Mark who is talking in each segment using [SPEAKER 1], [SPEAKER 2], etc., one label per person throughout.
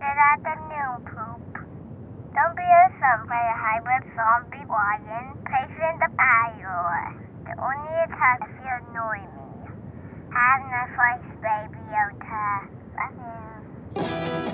[SPEAKER 1] rather new poop. Don't be a subway hybrid zombie lion pacing the aisle. The only attacks you annoy me. Have no choice, baby Yoda. Love you.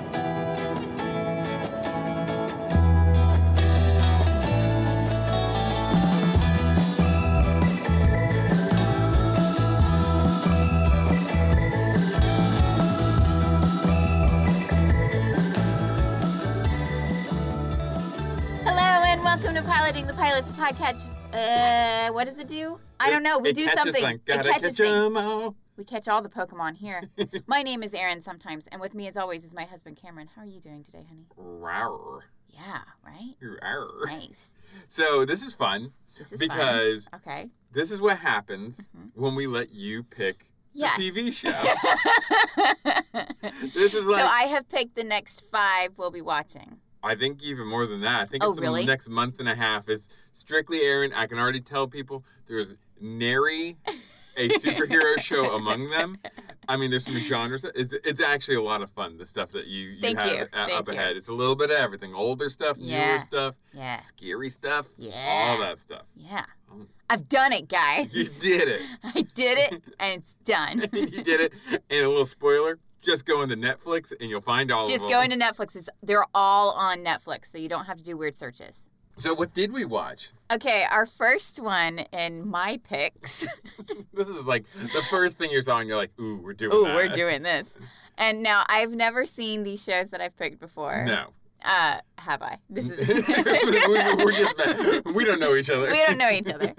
[SPEAKER 2] Hello and welcome to Piloting the Pilots a podcast. Uh, what does it do? I don't know. We
[SPEAKER 3] it
[SPEAKER 2] do
[SPEAKER 3] catches
[SPEAKER 2] something.
[SPEAKER 3] Them. Gotta
[SPEAKER 2] it catches
[SPEAKER 3] catch
[SPEAKER 2] things.
[SPEAKER 3] 'em all.
[SPEAKER 2] We catch all the Pokemon here. my name is Erin sometimes, and with me as always is my husband Cameron. How are you doing today, honey?
[SPEAKER 3] Rawr.
[SPEAKER 2] Yeah, right?
[SPEAKER 3] Rawr.
[SPEAKER 2] Nice.
[SPEAKER 3] So this is fun
[SPEAKER 2] This is fun.
[SPEAKER 3] because
[SPEAKER 2] Okay.
[SPEAKER 3] this is what happens
[SPEAKER 2] Mhm.
[SPEAKER 3] when we let you pick
[SPEAKER 2] Yes.
[SPEAKER 3] the TV show.
[SPEAKER 2] so
[SPEAKER 3] this is like I...
[SPEAKER 2] I have picked the next five we'll be watching.
[SPEAKER 3] think even more than that. I think
[SPEAKER 2] Oh,
[SPEAKER 3] it's the
[SPEAKER 2] really?
[SPEAKER 3] next month and a half is strictly Aaron. I can already tell people there's nary a superhero show among them. I mean, there's some genres. that- It's it's actually a lot of fun. The stuff that you, you
[SPEAKER 2] Thank
[SPEAKER 3] have
[SPEAKER 2] you.
[SPEAKER 3] a- up
[SPEAKER 2] Thank you.
[SPEAKER 3] ahead. It's a little bit of everything. Older stuff,
[SPEAKER 2] Yeah.
[SPEAKER 3] newer stuff,
[SPEAKER 2] Yeah.
[SPEAKER 3] scary stuff,
[SPEAKER 2] Yeah.
[SPEAKER 3] all that stuff.
[SPEAKER 2] Yeah.
[SPEAKER 3] Um,
[SPEAKER 2] I've done it, guys.
[SPEAKER 3] You did it.
[SPEAKER 2] I did it, and it's done.
[SPEAKER 3] you did it. And a little spoiler: just go into Netflix and you'll find all
[SPEAKER 2] Just
[SPEAKER 3] of them.
[SPEAKER 2] go into Netflix. It's, they're all on Netflix, so you don't have to do weird searches.
[SPEAKER 3] So what did we watch?
[SPEAKER 2] Okay, our first one in my picks.
[SPEAKER 3] This is like the first thing you saw, and you're like, "Ooh, we're doing
[SPEAKER 2] Ooh,
[SPEAKER 3] that."
[SPEAKER 2] we're doing this. And now I've never seen these shows that I've picked before.
[SPEAKER 3] No,
[SPEAKER 2] Uh, have I? This
[SPEAKER 3] we,
[SPEAKER 2] is.
[SPEAKER 3] are just met. we don't know each other.
[SPEAKER 2] We don't know each other.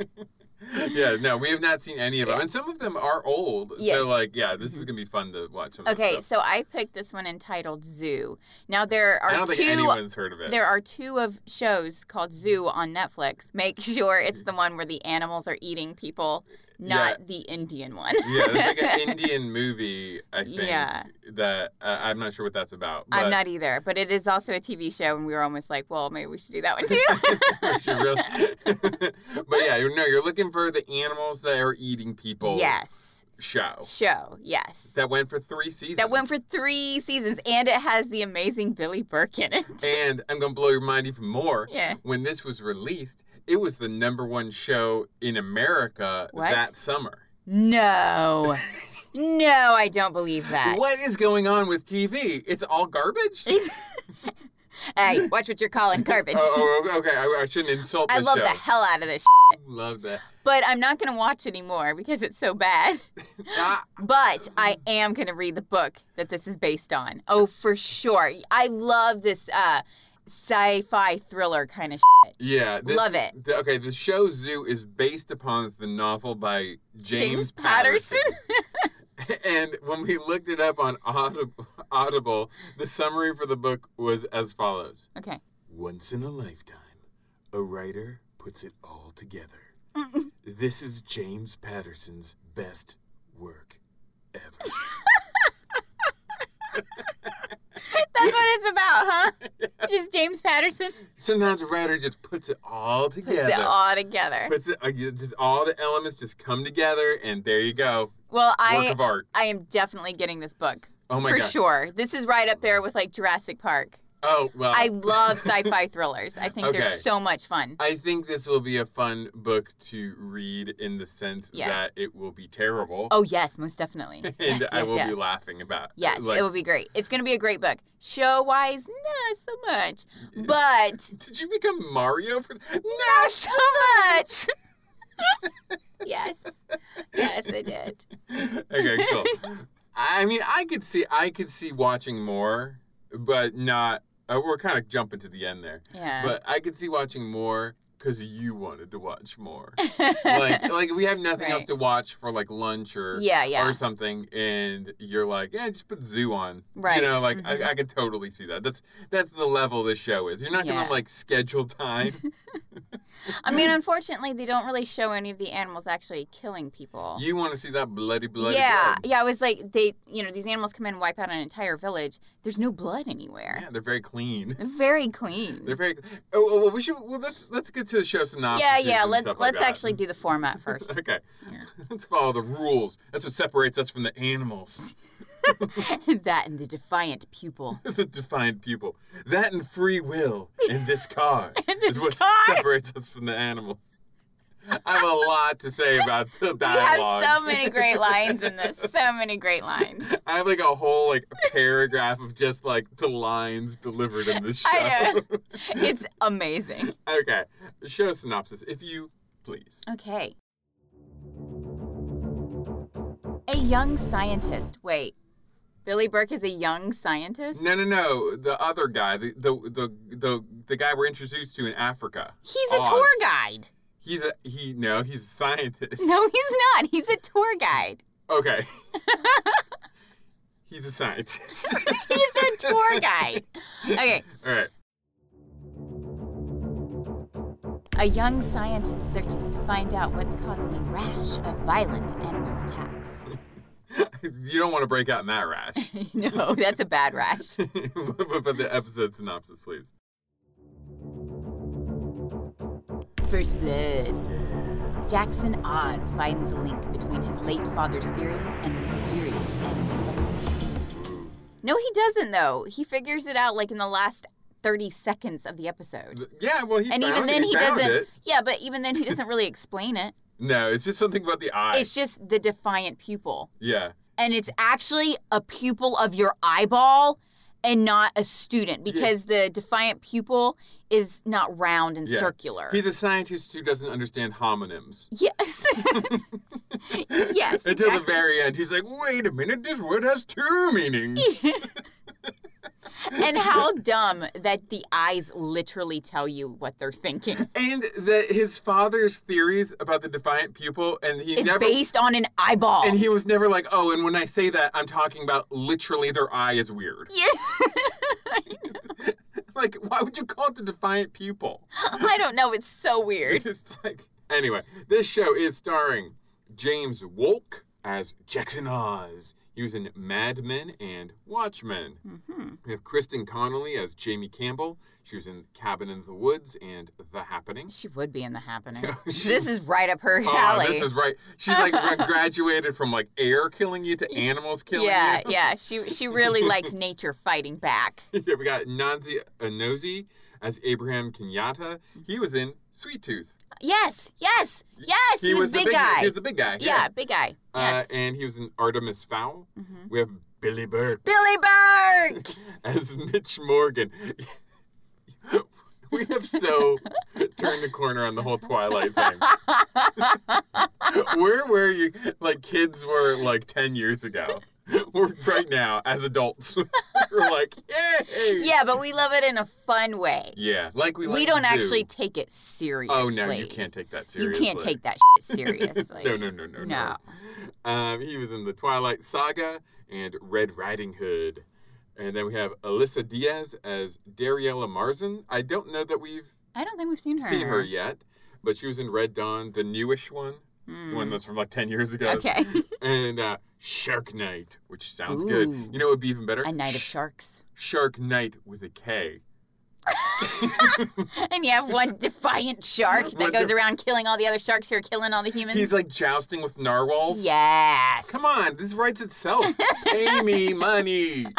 [SPEAKER 3] yeah, no, we have not seen any of them, and some of them are old.
[SPEAKER 2] Yes.
[SPEAKER 3] So like, yeah, this is gonna be fun to watch. Some of this
[SPEAKER 2] Okay,
[SPEAKER 3] stuff.
[SPEAKER 2] so I picked this one entitled Zoo. Now there are
[SPEAKER 3] I don't
[SPEAKER 2] two
[SPEAKER 3] think anyone's heard of it.
[SPEAKER 2] There are two of shows called Zoo on Netflix. Make sure it's the one where the animals are eating people, not the Indian one.
[SPEAKER 3] yeah, it's like an Indian movie. I think
[SPEAKER 2] Yeah.
[SPEAKER 3] that uh, I'm not sure what that's about.
[SPEAKER 2] I'm
[SPEAKER 3] but-
[SPEAKER 2] not either, but it is also a TV show, and we were almost like, well, maybe we should do that one too.
[SPEAKER 3] We should really- but yeah, you're, no, you're looking for the animals that are eating people.
[SPEAKER 2] yes,
[SPEAKER 3] Show
[SPEAKER 2] show, yes.
[SPEAKER 3] Oh. that went for three seasons.
[SPEAKER 2] That went for three seasons, and it has the amazing Billy Burke in it.
[SPEAKER 3] And I'm gonna blow your mind even more.
[SPEAKER 2] Yeah.
[SPEAKER 3] When this was released, it was the number one show in America
[SPEAKER 2] What?
[SPEAKER 3] that summer.
[SPEAKER 2] No, no, I don't believe that.
[SPEAKER 3] What is going on with TV? It's all garbage.
[SPEAKER 2] hey, watch what you're calling garbage.
[SPEAKER 3] oh, oh, okay. I, I shouldn't insult the
[SPEAKER 2] I love
[SPEAKER 3] show.
[SPEAKER 2] the hell out of this
[SPEAKER 3] Love that.
[SPEAKER 2] But I'm not going to watch anymore because it's so bad.
[SPEAKER 3] Ah,
[SPEAKER 2] But I am going to read the book that this is based on. Oh, for sure. I love this uh, sci fi thriller kind of shit.
[SPEAKER 3] yeah. This,
[SPEAKER 2] Love it.
[SPEAKER 3] the- okay, the show Zoo is based upon the novel by James,
[SPEAKER 2] James Patterson.
[SPEAKER 3] and when we looked it up on Audible, Audible, the summary for the book was as follows
[SPEAKER 2] Okay.
[SPEAKER 3] Once in a lifetime, a writer puts it all together. This is James Patterson's best work ever.
[SPEAKER 2] That's what it's about, huh? Just James Patterson.
[SPEAKER 3] Sometimes a writer just puts it all
[SPEAKER 2] Puts
[SPEAKER 3] together.
[SPEAKER 2] it all together.
[SPEAKER 3] Puts it- uh, you- just all the elements just come together, and there you go.
[SPEAKER 2] Well,
[SPEAKER 3] work
[SPEAKER 2] I,
[SPEAKER 3] of art.
[SPEAKER 2] I am definitely getting this book.
[SPEAKER 3] Oh my
[SPEAKER 2] for
[SPEAKER 3] god.
[SPEAKER 2] sure. This is right up there with like Jurassic Park.
[SPEAKER 3] Oh well.
[SPEAKER 2] I love sci fi thrillers, I think they're
[SPEAKER 3] Okay.
[SPEAKER 2] so much fun.
[SPEAKER 3] I think this will be a fun book to read in the sense
[SPEAKER 2] Yeah.
[SPEAKER 3] that it will be terrible.
[SPEAKER 2] Oh, yes, most definitely.
[SPEAKER 3] and
[SPEAKER 2] yes,
[SPEAKER 3] I
[SPEAKER 2] yes,
[SPEAKER 3] will
[SPEAKER 2] yes.
[SPEAKER 3] be laughing about.
[SPEAKER 2] Yes,
[SPEAKER 3] like,
[SPEAKER 2] it will be great. It's going to be a great book. Show wise, not so much, but
[SPEAKER 3] Did you become Mario for?
[SPEAKER 2] not
[SPEAKER 3] No.
[SPEAKER 2] so much. yes, yes, I did.
[SPEAKER 3] okay, cool. I mean, I could see, I could see watching more, but not. Uh, we're kind of jumping to the end there,
[SPEAKER 2] Yeah.
[SPEAKER 3] but I could see watching more because you wanted to watch more. like, like we have nothing else
[SPEAKER 2] Right.
[SPEAKER 3] to watch for like lunch or
[SPEAKER 2] yeah, yeah.
[SPEAKER 3] or something and you're like yeah just put zoo on
[SPEAKER 2] Right.
[SPEAKER 3] you know like
[SPEAKER 2] Mhm.
[SPEAKER 3] I, I can totally see that that's that's the level this show is you're not
[SPEAKER 2] Yeah.
[SPEAKER 3] gonna like schedule time
[SPEAKER 2] I mean, unfortunately, they don't really show any of the animals actually killing people.
[SPEAKER 3] you uh, want to see that bloody bloody
[SPEAKER 2] yeah,
[SPEAKER 3] blood.
[SPEAKER 2] yeah. I was like, they, you know, these animals come in, and wipe out an entire village. There's no blood anywhere.
[SPEAKER 3] yeah they're very clean
[SPEAKER 2] They're Very clean.
[SPEAKER 3] they're very oh, oh well we should well let's let's get to the show synopsis
[SPEAKER 2] yeah, yeah.
[SPEAKER 3] and
[SPEAKER 2] Let's
[SPEAKER 3] stuff like
[SPEAKER 2] let's
[SPEAKER 3] that.
[SPEAKER 2] actually do the format first.
[SPEAKER 3] okay
[SPEAKER 2] Yeah.
[SPEAKER 3] let's follow the rules that's what separates us from the animals
[SPEAKER 2] that and the defiant pupil.
[SPEAKER 3] the defined pupil. That and free will in this car
[SPEAKER 2] In this
[SPEAKER 3] is what
[SPEAKER 2] car.
[SPEAKER 3] separates us from the animals. I have a lot to say about the
[SPEAKER 2] We have
[SPEAKER 3] dialogue.
[SPEAKER 2] so many great lines in this. So many great lines.
[SPEAKER 3] I have like a whole like paragraph of just like the lines delivered in this show.
[SPEAKER 2] I It's amazing.
[SPEAKER 3] okay, show synopsis, if you please.
[SPEAKER 2] Okay. A young scientist. Wait. Billy Burke is a young scientist?
[SPEAKER 3] No, no, no. The other guy, the the the the, the guy we're introduced to in Africa.
[SPEAKER 2] He's a
[SPEAKER 3] Oz.
[SPEAKER 2] tour guide.
[SPEAKER 3] He's a he. No, he's a scientist.
[SPEAKER 2] No, he's not. He's a tour guide.
[SPEAKER 3] Okay. he's a scientist.
[SPEAKER 2] He's a tour guide. Okay.
[SPEAKER 3] All right.
[SPEAKER 2] A young scientist searches to find out what's causing a rash of violent animal attacks.
[SPEAKER 3] You don't want to break out in that rash.
[SPEAKER 2] no, that's a bad rash.
[SPEAKER 3] but, but the episode synopsis, please.
[SPEAKER 2] First Blood. Jackson Oz finds a link between his late father's theories and mysterious animal attacks.
[SPEAKER 3] Ooh.
[SPEAKER 2] No, he doesn't, though. He figures it out like in the last 30 seconds of the episode.
[SPEAKER 3] Th- Yeah, well, he
[SPEAKER 2] And even
[SPEAKER 3] found
[SPEAKER 2] then,
[SPEAKER 3] it.
[SPEAKER 2] he
[SPEAKER 3] found
[SPEAKER 2] doesn't.
[SPEAKER 3] It.
[SPEAKER 2] Yeah, but even then, he doesn't really explain it.
[SPEAKER 3] No, it's just something about the eye.
[SPEAKER 2] It's just the defiant pupil.
[SPEAKER 3] yeah,
[SPEAKER 2] and it's actually a pupil of your eyeball and not a student
[SPEAKER 3] Yeah.
[SPEAKER 2] because the defiant pupil is not round and
[SPEAKER 3] Yeah.
[SPEAKER 2] circular.
[SPEAKER 3] he's a scientist who doesn't understand homonyms.
[SPEAKER 2] yes. yes.
[SPEAKER 3] Until the
[SPEAKER 2] exactly.
[SPEAKER 3] very end, he's like, "Wait a minute, this word has two meanings."
[SPEAKER 2] and how dumb that the eyes literally tell you what they're thinking.
[SPEAKER 3] and that his father's theories about the defiant pupil, and he
[SPEAKER 2] It's
[SPEAKER 3] never.
[SPEAKER 2] based on an eyeball.
[SPEAKER 3] and he was never like, oh, and when I say that, I'm talking about literally their eye is weird.
[SPEAKER 2] yeah.
[SPEAKER 3] Like, why would you call it the defiant pupil?
[SPEAKER 2] I don't know. It's so weird.
[SPEAKER 3] It's like anyway, this show is starring James Wolk as Jackson Oz. He was in Mad Men and Watchmen.
[SPEAKER 2] Mm-hmm.
[SPEAKER 3] We have Kristen Connolly as Jamie Campbell. She was in Cabin in the Woods and The Happening.
[SPEAKER 2] She would be in the happening.
[SPEAKER 3] Yeah, she-
[SPEAKER 2] this is right up her
[SPEAKER 3] Oh,
[SPEAKER 2] alley.
[SPEAKER 3] this is right. She's like gra- graduated from like air killing you to animals killing
[SPEAKER 2] yeah,
[SPEAKER 3] you.
[SPEAKER 2] yeah. She she really likes nature fighting back.
[SPEAKER 3] yeah, we got Nanzi Anozi as Abraham Kenyatta.
[SPEAKER 2] Mm-hmm.
[SPEAKER 3] He was in Sweet Tooth.
[SPEAKER 2] Yes, yes, yes. He, was,
[SPEAKER 3] the
[SPEAKER 2] big guy.
[SPEAKER 3] He was the big guy.
[SPEAKER 2] yeah. big guy. Yes.
[SPEAKER 3] Uh, and he was in Artemis Fowl.
[SPEAKER 2] Mhm.
[SPEAKER 3] We have Billy Burke
[SPEAKER 2] Billy Burke.
[SPEAKER 3] as Mitch Morgan. we have so turned the corner on the whole Twilight thing. Where were you? Like kids were like ten years ago. We're right now as adults. we're like, yay!
[SPEAKER 2] yeah, but we love it in a fun way.
[SPEAKER 3] Yeah, like we.
[SPEAKER 2] We,
[SPEAKER 3] like
[SPEAKER 2] don't
[SPEAKER 3] Zoo.
[SPEAKER 2] actually take it seriously.
[SPEAKER 3] Oh no, you can't take that
[SPEAKER 2] You
[SPEAKER 3] seriously.
[SPEAKER 2] can't take that shit seriously.
[SPEAKER 3] no, no, no, no, no. Um, he was in the Twilight Saga and Red Riding Hood. And then we have Alyssa Diaz as Dariella Marzen. I don't know that we've
[SPEAKER 2] I don't think we've seen her.
[SPEAKER 3] seen her yet, but she was in Red Dawn, the newish one, the one
[SPEAKER 2] Mm.
[SPEAKER 3] that's from like 10 years ago.
[SPEAKER 2] Okay.
[SPEAKER 3] And uh, Shark Night, which sounds good.
[SPEAKER 2] Ooh.
[SPEAKER 3] You know what would be even better?
[SPEAKER 2] A night of
[SPEAKER 3] Sh-
[SPEAKER 2] sharks.
[SPEAKER 3] Shark Night with a K.
[SPEAKER 2] And you have one defiant shark
[SPEAKER 3] One
[SPEAKER 2] that goes
[SPEAKER 3] def-
[SPEAKER 2] around killing all the other sharks who are killing all the humans.
[SPEAKER 3] He's like jousting with narwhals.
[SPEAKER 2] yes.
[SPEAKER 3] Come on, this writes itself. Pay me money.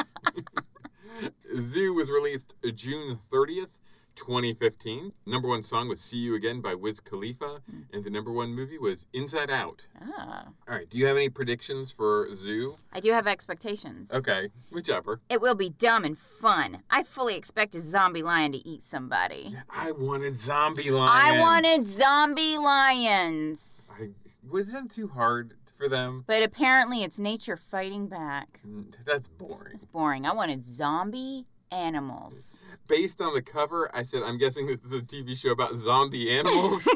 [SPEAKER 3] Zoo was released June 30th, 2015. Number one song was See You Again by Wiz Khalifa,
[SPEAKER 2] Mm.
[SPEAKER 3] and the number one movie was Inside Out.
[SPEAKER 2] Ah.
[SPEAKER 3] All right, do you have any predictions for Zoo?
[SPEAKER 2] I do have expectations.
[SPEAKER 3] Okay, whichever.
[SPEAKER 2] It will be dumb and fun. I fully expect a zombie lion to eat somebody.
[SPEAKER 3] I wanted Zombie Lions.
[SPEAKER 2] I wanted zombie lions.
[SPEAKER 3] I, wasn't too hard for them.
[SPEAKER 2] But apparently it's nature fighting back.
[SPEAKER 3] Mm, That's boring.
[SPEAKER 2] It's boring. I wanted zombie animals.
[SPEAKER 3] based on the cover, I said, I'm guessing this is a TV show about zombie animals,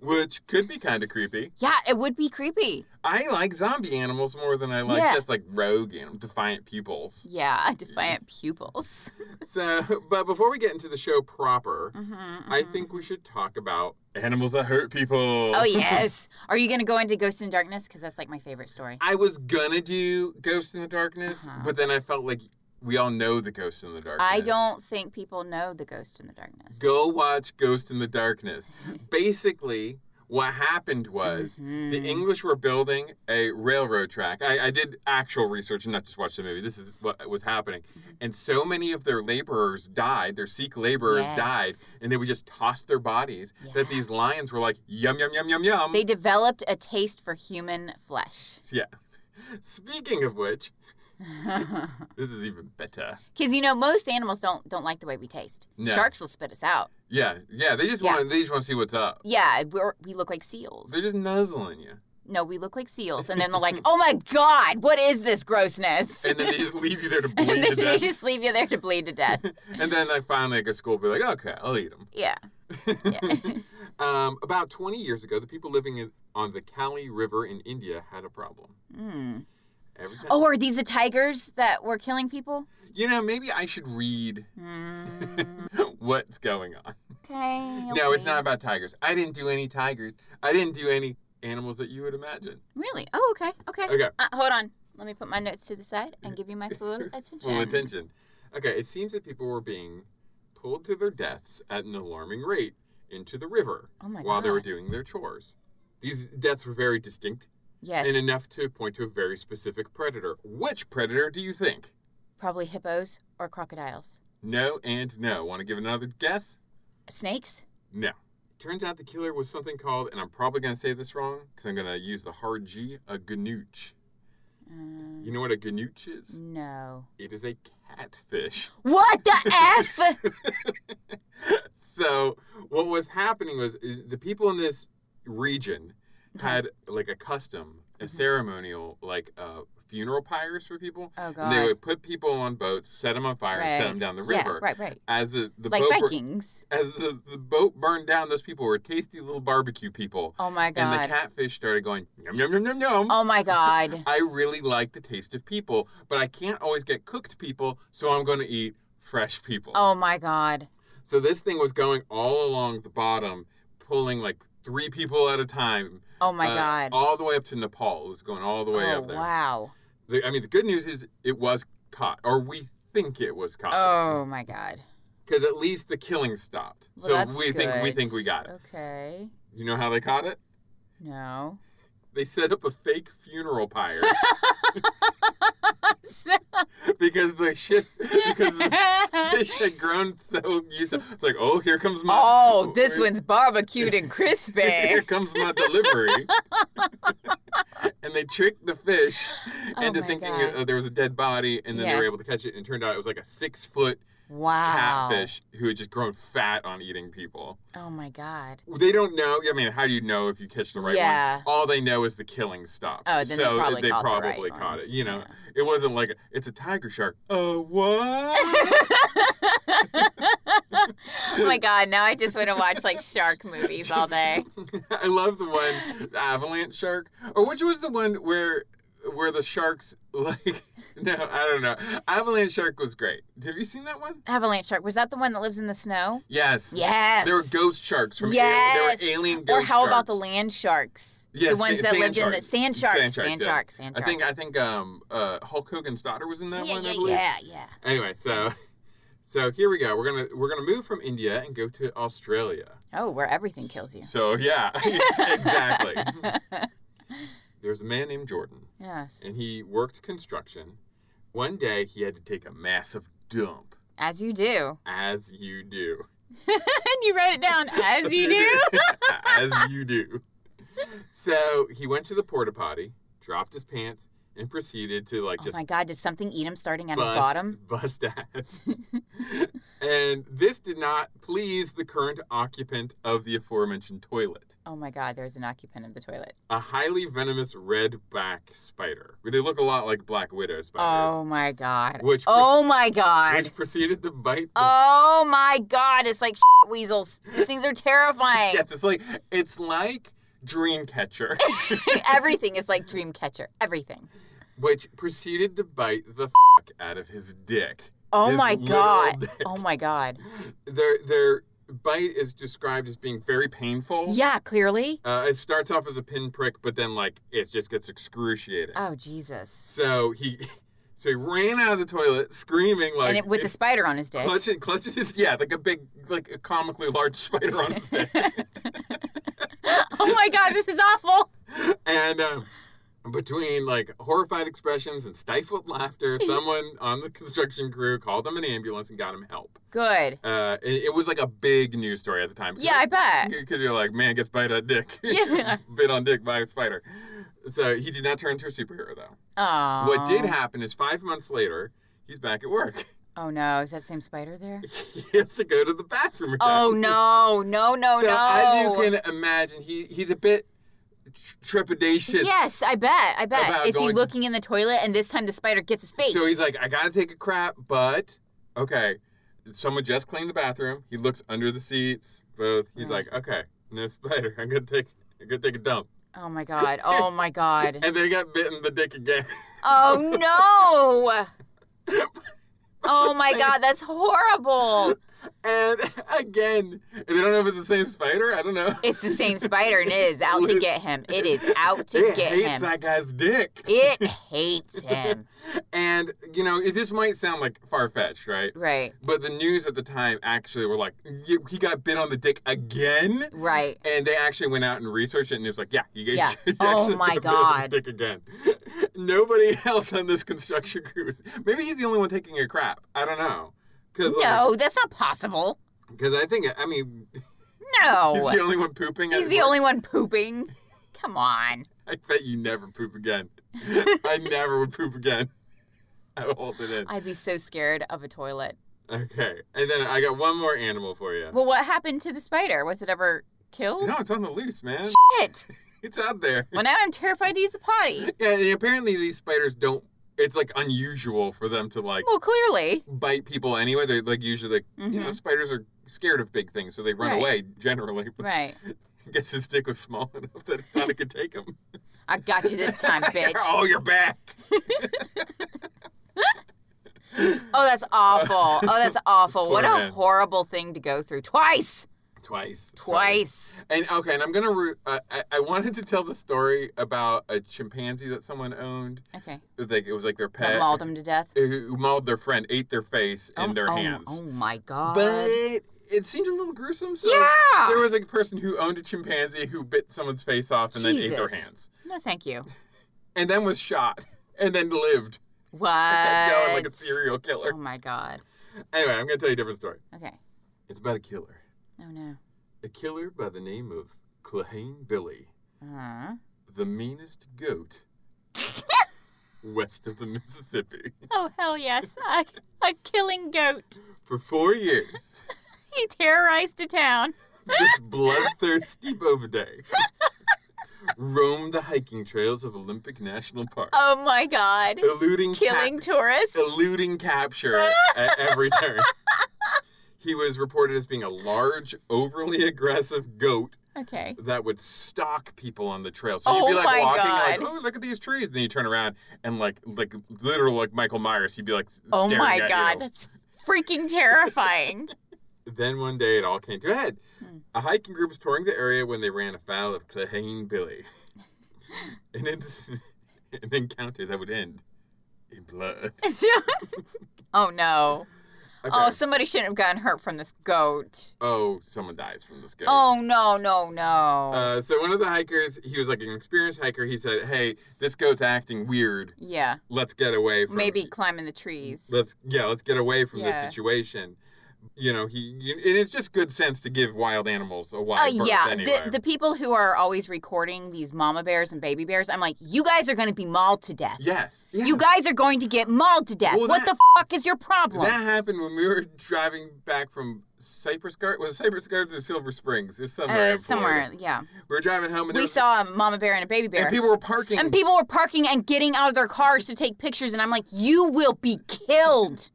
[SPEAKER 3] which could be kind of creepy.
[SPEAKER 2] Yeah, it would be creepy.
[SPEAKER 3] I like zombie animals more than I like
[SPEAKER 2] Yeah.
[SPEAKER 3] just like rogue and defiant pupils.
[SPEAKER 2] Yeah, defiant pupils.
[SPEAKER 3] So, but before we get into the show proper,
[SPEAKER 2] hmm
[SPEAKER 3] I think we should talk about animals that hurt people.
[SPEAKER 2] Oh yes. Are you gonna go into Ghost in Darkness? Because that's like my favorite story.
[SPEAKER 3] I was gonna do Ghost in the Darkness,
[SPEAKER 2] Uh-huh.
[SPEAKER 3] but then I felt like we all know the Ghost in the Darkness.
[SPEAKER 2] I don't think people know the Ghost in the Darkness.
[SPEAKER 3] Go watch Ghost in the Darkness. Basically, What happened was
[SPEAKER 2] Mhm.
[SPEAKER 3] the English were building a railroad track. I, I did actual research and not just watch the movie. This is what was happening.
[SPEAKER 2] Mm-hmm.
[SPEAKER 3] And so many of their laborers died, their Sikh laborers
[SPEAKER 2] Yes.
[SPEAKER 3] died, and they would just toss their bodies that
[SPEAKER 2] Yeah.
[SPEAKER 3] these lions were like, yum, yum, yum, yum, yum.
[SPEAKER 2] They developed a taste for human flesh.
[SPEAKER 3] yeah. Speaking of which, this is even better.
[SPEAKER 2] Because you know most animals don't don't like the way we taste.
[SPEAKER 3] No.
[SPEAKER 2] Sharks will spit us out.
[SPEAKER 3] Yeah, yeah. They just
[SPEAKER 2] Yeah.
[SPEAKER 3] want. They just want to see what's up.
[SPEAKER 2] Yeah, we're, we look like seals.
[SPEAKER 3] They're just nuzzling you,
[SPEAKER 2] no, we look like seals, and then they're like, "Oh my God, what is this grossness?"
[SPEAKER 3] and then they just leave you there to
[SPEAKER 2] And
[SPEAKER 3] bleed to
[SPEAKER 2] then they
[SPEAKER 3] death.
[SPEAKER 2] just leave you there to bleed to death.
[SPEAKER 3] and then like finally, like a school, be like, okay, I'll eat them.
[SPEAKER 2] Yeah.
[SPEAKER 3] um, about 20 years ago, the people living in, on the Kali River in India had a problem.
[SPEAKER 2] Mm.
[SPEAKER 3] Every time.
[SPEAKER 2] Oh, are these the tigers that were killing people?
[SPEAKER 3] You know, maybe I should read
[SPEAKER 2] Mm,
[SPEAKER 3] what's going on.
[SPEAKER 2] okay.
[SPEAKER 3] No, it's
[SPEAKER 2] okay.
[SPEAKER 3] not about tigers. I didn't do any tigers. I didn't do any animals that you would imagine.
[SPEAKER 2] Really? Oh, okay. Okay.
[SPEAKER 3] Okay.
[SPEAKER 2] Uh, hold on. Let me put my notes to the side and give you my full attention.
[SPEAKER 3] Full attention. Okay, it seems that people were being pulled to their deaths at an alarming rate into the river
[SPEAKER 2] Oh my
[SPEAKER 3] while
[SPEAKER 2] God.
[SPEAKER 3] they were doing their chores. These deaths were very distinct
[SPEAKER 2] Yes.
[SPEAKER 3] and enough to point to a very specific predator. Which predator do you think?
[SPEAKER 2] Probably hippos or crocodiles.
[SPEAKER 3] No and no. Want to give another guess?
[SPEAKER 2] Snakes?
[SPEAKER 3] No. Turns out the killer was something called, and I'm probably going to say this wrong because I'm going to use the hard G, a gnooch.
[SPEAKER 2] Um,
[SPEAKER 3] You know what a gnooch is?
[SPEAKER 2] no.
[SPEAKER 3] It is a catfish.
[SPEAKER 2] What the F? Oh,
[SPEAKER 3] so, what was happening was uh, the people in this region
[SPEAKER 2] Uh-huh.
[SPEAKER 3] had like a custom,
[SPEAKER 2] Mm-hmm.
[SPEAKER 3] a ceremonial, like uh, funeral pyres for people.
[SPEAKER 2] Oh,
[SPEAKER 3] And they
[SPEAKER 2] God.
[SPEAKER 3] would put people on boats, set them on fire, and set them down the
[SPEAKER 2] Yeah,
[SPEAKER 3] river.
[SPEAKER 2] right, right.
[SPEAKER 3] As the, the
[SPEAKER 2] Like
[SPEAKER 3] boat bur-
[SPEAKER 2] Vikings.
[SPEAKER 3] as the, the boat burned down, those people were tasty little barbecue people.
[SPEAKER 2] Oh, my God.
[SPEAKER 3] And the catfish started going, yum, yum, yum, yum, yum.
[SPEAKER 2] oh, my God.
[SPEAKER 3] I really like the taste of people, but I can't always get cooked people, so I'm going to eat fresh people.
[SPEAKER 2] Oh, my God.
[SPEAKER 3] So this thing was going all along the bottom, pulling like three people at a time.
[SPEAKER 2] Oh, my
[SPEAKER 3] uh,
[SPEAKER 2] God.
[SPEAKER 3] All the way up to Nepal. It was going all the way
[SPEAKER 2] oh,
[SPEAKER 3] up there.
[SPEAKER 2] wow.
[SPEAKER 3] The, I mean, the good news is it was caught, or we think it was caught.
[SPEAKER 2] Oh, my God.
[SPEAKER 3] Because at least the killing stopped.
[SPEAKER 2] Well,
[SPEAKER 3] so
[SPEAKER 2] that's
[SPEAKER 3] we think we
[SPEAKER 2] good.
[SPEAKER 3] think we got it.
[SPEAKER 2] Okay.
[SPEAKER 3] You know how they caught it?
[SPEAKER 2] No.
[SPEAKER 3] They set up a fake funeral pyre because the ship because the fish had grown so used to it's like, oh, here comes my
[SPEAKER 2] oh, this one's barbecued and crispy.
[SPEAKER 3] Here comes my delivery. and they tricked the fish
[SPEAKER 2] Oh
[SPEAKER 3] into
[SPEAKER 2] my
[SPEAKER 3] thinking
[SPEAKER 2] God.
[SPEAKER 3] uh, there was a dead body, and then
[SPEAKER 2] Yeah.
[SPEAKER 3] they were able to catch it. And it turned out it was like a six foot
[SPEAKER 2] Wow.
[SPEAKER 3] catfish who had just grown fat on eating people.
[SPEAKER 2] Oh my god.
[SPEAKER 3] They don't know. I mean, how do you know if you catch the right
[SPEAKER 2] Yeah.
[SPEAKER 3] one? All they know is the killing stopped.
[SPEAKER 2] Oh, then they
[SPEAKER 3] so
[SPEAKER 2] probably caught the right
[SPEAKER 3] probably
[SPEAKER 2] one.
[SPEAKER 3] caught it. You know,
[SPEAKER 2] Yeah.
[SPEAKER 3] it wasn't like it's a tiger shark. Oh, what?
[SPEAKER 2] Oh my god, now I just want to watch like shark movies all
[SPEAKER 3] Just-
[SPEAKER 2] day.
[SPEAKER 3] I love the one the avalanche shark, or which was the one where where the sharks like no, I don't know. Avalanche shark was great. Have you seen that one?
[SPEAKER 2] Avalanche shark. Was that the one that lives in the snow?
[SPEAKER 3] Yes.
[SPEAKER 2] Yes.
[SPEAKER 3] There were ghost sharks from alien,
[SPEAKER 2] Yes.
[SPEAKER 3] there were alien
[SPEAKER 2] or
[SPEAKER 3] ghost
[SPEAKER 2] how about the
[SPEAKER 3] sharks.
[SPEAKER 2] land sharks?
[SPEAKER 3] Yeah,
[SPEAKER 2] the
[SPEAKER 3] sa-
[SPEAKER 2] ones that
[SPEAKER 3] sand
[SPEAKER 2] lived in the
[SPEAKER 3] sharks.
[SPEAKER 2] sand shark.
[SPEAKER 3] Sand sharks, yeah.
[SPEAKER 2] shark. Sand
[SPEAKER 3] I
[SPEAKER 2] shark.
[SPEAKER 3] think I think um uh Hulk Hogan's daughter was in that
[SPEAKER 2] yeah,
[SPEAKER 3] one, I
[SPEAKER 2] yeah,
[SPEAKER 3] believe.
[SPEAKER 2] yeah, yeah.
[SPEAKER 3] Anyway, so so here we go. We're gonna we're gonna move from India and go to Australia.
[SPEAKER 2] Oh, where everything kills you.
[SPEAKER 3] So yeah, exactly. There's a man named Jordan,
[SPEAKER 2] Yes.
[SPEAKER 3] and he worked construction. One day he had to take a massive dump,
[SPEAKER 2] As you do.
[SPEAKER 3] as you do.
[SPEAKER 2] and you wrote it down as you do.
[SPEAKER 3] as you do. So he went to the porta potty, dropped his pants, and proceeded to like
[SPEAKER 2] oh
[SPEAKER 3] just
[SPEAKER 2] my god, did something eat him starting at
[SPEAKER 3] bust,
[SPEAKER 2] his bottom?
[SPEAKER 3] bust ass. and this did not please the current occupant of the aforementioned toilet,
[SPEAKER 2] Oh my god, there's an occupant of the toilet.
[SPEAKER 3] a highly venomous red back spider. They look a lot like black widow
[SPEAKER 2] Oh
[SPEAKER 3] spiders.
[SPEAKER 2] my god.
[SPEAKER 3] Which
[SPEAKER 2] oh
[SPEAKER 3] pres-
[SPEAKER 2] my god.
[SPEAKER 3] Which proceeded to bite the
[SPEAKER 2] Oh my god, it's like weasels. These things are terrifying.
[SPEAKER 3] Yes, it's like it's like Dreamcatcher,
[SPEAKER 2] Everything is like Dreamcatcher. Everything.
[SPEAKER 3] which proceeded to bite the f- out of his dick.
[SPEAKER 2] Oh
[SPEAKER 3] His
[SPEAKER 2] my
[SPEAKER 3] literal
[SPEAKER 2] god.
[SPEAKER 3] dick.
[SPEAKER 2] Oh my god.
[SPEAKER 3] Their their bite is described as being very painful.
[SPEAKER 2] Yeah, clearly.
[SPEAKER 3] Uh, it starts off as a pinprick, but then like it just gets excruciating.
[SPEAKER 2] Oh Jesus.
[SPEAKER 3] So he, so he ran out of the toilet screaming like
[SPEAKER 2] and it, with a spider on his dick.
[SPEAKER 3] clutching clutching his yeah like a big like a comically large spider on his dick.
[SPEAKER 2] oh my god, this is awful.
[SPEAKER 3] and um, between like horrified expressions and stifled laughter, someone on the construction crew called them an ambulance and got him help.
[SPEAKER 2] Good.
[SPEAKER 3] Uh, it, it was like a big news story at the time.
[SPEAKER 2] Yeah, I bet.
[SPEAKER 3] Because you're like, man gets bit on dick.
[SPEAKER 2] Yeah.
[SPEAKER 3] bit on dick by a spider. So he did not turn into a superhero though.
[SPEAKER 2] Oh.
[SPEAKER 3] What did happen is five months later, he's back at work.
[SPEAKER 2] Oh no, is that same spider there?
[SPEAKER 3] he has to go to the bathroom again.
[SPEAKER 2] Oh no, no, no,
[SPEAKER 3] so
[SPEAKER 2] no.
[SPEAKER 3] as you can imagine, he he's a bit tr- trepidatious.
[SPEAKER 2] Yes, I bet. I bet.
[SPEAKER 3] About
[SPEAKER 2] Is he
[SPEAKER 3] going-
[SPEAKER 2] looking in the toilet and this time the spider gets his face?
[SPEAKER 3] So he's like, I gotta take a crap, but okay. Someone just cleaned the bathroom. He looks under the seats. Both. He's
[SPEAKER 2] Right.
[SPEAKER 3] like, okay, no spider. I'm gonna take. I'm gonna take a dump.
[SPEAKER 2] oh my god. Oh my god.
[SPEAKER 3] And then he got bitten the dick again.
[SPEAKER 2] oh no. Oh my god, that's horrible.
[SPEAKER 3] And again, and they don't know if it's the same spider. I don't know.
[SPEAKER 2] It's the same spider and it is out to get him. It is out to
[SPEAKER 3] it
[SPEAKER 2] get
[SPEAKER 3] hates
[SPEAKER 2] him.
[SPEAKER 3] that guy's dick.
[SPEAKER 2] It hates him.
[SPEAKER 3] And you know, it, this might sound like far fetched, right?
[SPEAKER 2] Right.
[SPEAKER 3] But the news at the time actually were like, "Y- he got bit on the dick again.
[SPEAKER 2] Right.
[SPEAKER 3] And they actually went out and researched it, and it was like, yeah, you guys.
[SPEAKER 2] Yeah.
[SPEAKER 3] you
[SPEAKER 2] Oh
[SPEAKER 3] actually
[SPEAKER 2] my
[SPEAKER 3] got bit on
[SPEAKER 2] God.
[SPEAKER 3] the Dick again. Nobody else on this construction crew. Was, maybe he's the only one taking a crap. I don't know. Cause
[SPEAKER 2] No, that's not possible.
[SPEAKER 3] Because I think I mean he's
[SPEAKER 2] No.
[SPEAKER 3] the only one pooping. at
[SPEAKER 2] He's the
[SPEAKER 3] work.
[SPEAKER 2] only one pooping. Come on.
[SPEAKER 3] I bet you never poop again. I never would poop again. I will hold it in.
[SPEAKER 2] I'd be so scared of a toilet.
[SPEAKER 3] Okay, and then I got one more animal for you.
[SPEAKER 2] Well, what happened to the spider? Was it ever killed?
[SPEAKER 3] No, it's on the loose, man.
[SPEAKER 2] Shit.
[SPEAKER 3] It's out there.
[SPEAKER 2] Well, now I'm terrified to use the potty.
[SPEAKER 3] Yeah, and apparently these spiders don't. It's like unusual for them to like
[SPEAKER 2] Well, clearly.
[SPEAKER 3] bite people anyway. They're like usually like you know
[SPEAKER 2] Mhm.
[SPEAKER 3] spiders are scared of big things, so they run
[SPEAKER 2] Right.
[SPEAKER 3] away generally. But
[SPEAKER 2] Right.
[SPEAKER 3] I guess his dick was small enough that it thought it could take him.
[SPEAKER 2] I got you this time, bitch.
[SPEAKER 3] oh, you're back.
[SPEAKER 2] Oh, that's awful. Oh, that's awful.
[SPEAKER 3] Poor
[SPEAKER 2] What a
[SPEAKER 3] man.
[SPEAKER 2] horrible thing to go through. Twice.
[SPEAKER 3] Twice.
[SPEAKER 2] Twice.
[SPEAKER 3] And okay, and I'm gonna. Re- uh, I, I wanted to tell the story about a chimpanzee that someone owned.
[SPEAKER 2] Okay.
[SPEAKER 3] It was like it was like their
[SPEAKER 2] That
[SPEAKER 3] pet.
[SPEAKER 2] mauled him to death.
[SPEAKER 3] who mauled their friend, ate their face and
[SPEAKER 2] oh,
[SPEAKER 3] their
[SPEAKER 2] oh,
[SPEAKER 3] hands.
[SPEAKER 2] Oh, my God.
[SPEAKER 3] But it seemed a little gruesome. So
[SPEAKER 2] yeah.
[SPEAKER 3] there was a person who owned a chimpanzee who bit someone's face off and then ate their
[SPEAKER 2] Jesus.
[SPEAKER 3] hands,
[SPEAKER 2] No, thank you.
[SPEAKER 3] and then was shot, and then lived
[SPEAKER 2] What?
[SPEAKER 3] down like a serial killer.
[SPEAKER 2] Oh, my God.
[SPEAKER 3] Anyway, I'm gonna tell you a different story.
[SPEAKER 2] Okay.
[SPEAKER 3] It's about a killer,
[SPEAKER 2] Oh, no.
[SPEAKER 3] a killer by the name of Clehane Billy,
[SPEAKER 2] Uh-huh.
[SPEAKER 3] the meanest goat west of the Mississippi.
[SPEAKER 2] Oh, hell yes. A, a killing goat.
[SPEAKER 3] For four years,
[SPEAKER 2] He terrorized a town.
[SPEAKER 3] this bloodthirsty bovidae roamed the hiking trails of Olympic National Park,
[SPEAKER 2] Oh, my God.
[SPEAKER 3] eluding cap-
[SPEAKER 2] Killing tourists.
[SPEAKER 3] eluding capture at every turn. He was reported as being a large, overly aggressive goat
[SPEAKER 2] Okay.
[SPEAKER 3] that would stalk people on the trail. So you'd
[SPEAKER 2] Oh
[SPEAKER 3] be like
[SPEAKER 2] my
[SPEAKER 3] walking, you're
[SPEAKER 2] God.
[SPEAKER 3] like, oh, look at these trees, and then you turn around and like, like literal like Michael Myers, he'd be like, s-
[SPEAKER 2] Oh
[SPEAKER 3] staring
[SPEAKER 2] my
[SPEAKER 3] at
[SPEAKER 2] god,
[SPEAKER 3] you.
[SPEAKER 2] that's freaking terrifying.
[SPEAKER 3] Then one day it all came to a head.
[SPEAKER 2] Hmm.
[SPEAKER 3] A hiking group was touring the area when they ran afoul of Clehane Billy. an, inc- an encounter that would end in blood.
[SPEAKER 2] oh no.
[SPEAKER 3] Okay.
[SPEAKER 2] Oh, somebody shouldn't have gotten hurt from this goat.
[SPEAKER 3] Oh, someone dies from this goat.
[SPEAKER 2] Oh no, no, no.
[SPEAKER 3] Uh, so one of the hikers, he was like an experienced hiker. He said, "Hey, this goat's acting weird.
[SPEAKER 2] yeah.
[SPEAKER 3] Let's get away from
[SPEAKER 2] Maybe climbing the trees.
[SPEAKER 3] Let's yeah, let's get away from this
[SPEAKER 2] Yeah.
[SPEAKER 3] situation." You know, he you, it is just good sense to give wild animals a
[SPEAKER 2] Oh
[SPEAKER 3] wide berth
[SPEAKER 2] yeah,
[SPEAKER 3] anyway.
[SPEAKER 2] the, the people who are always recording these mama bears and baby bears, I'm like, you guys are going to be mauled to death.
[SPEAKER 3] yes. Yeah.
[SPEAKER 2] You guys are going to get mauled to death.
[SPEAKER 3] Well,
[SPEAKER 2] what
[SPEAKER 3] that-
[SPEAKER 2] the fuck is your problem?
[SPEAKER 3] That happened when we were driving back from Cypress Gardens. Was it Cypress Gardens or Silver Springs? It's somewhere.
[SPEAKER 2] uh,
[SPEAKER 3] in Florida.
[SPEAKER 2] somewhere, yeah.
[SPEAKER 3] We were driving home and there
[SPEAKER 2] We
[SPEAKER 3] was-
[SPEAKER 2] saw a mama bear and a baby bear.
[SPEAKER 3] and people were parking.
[SPEAKER 2] And people were parking and getting out of their cars to take pictures, and I'm like, you will be killed.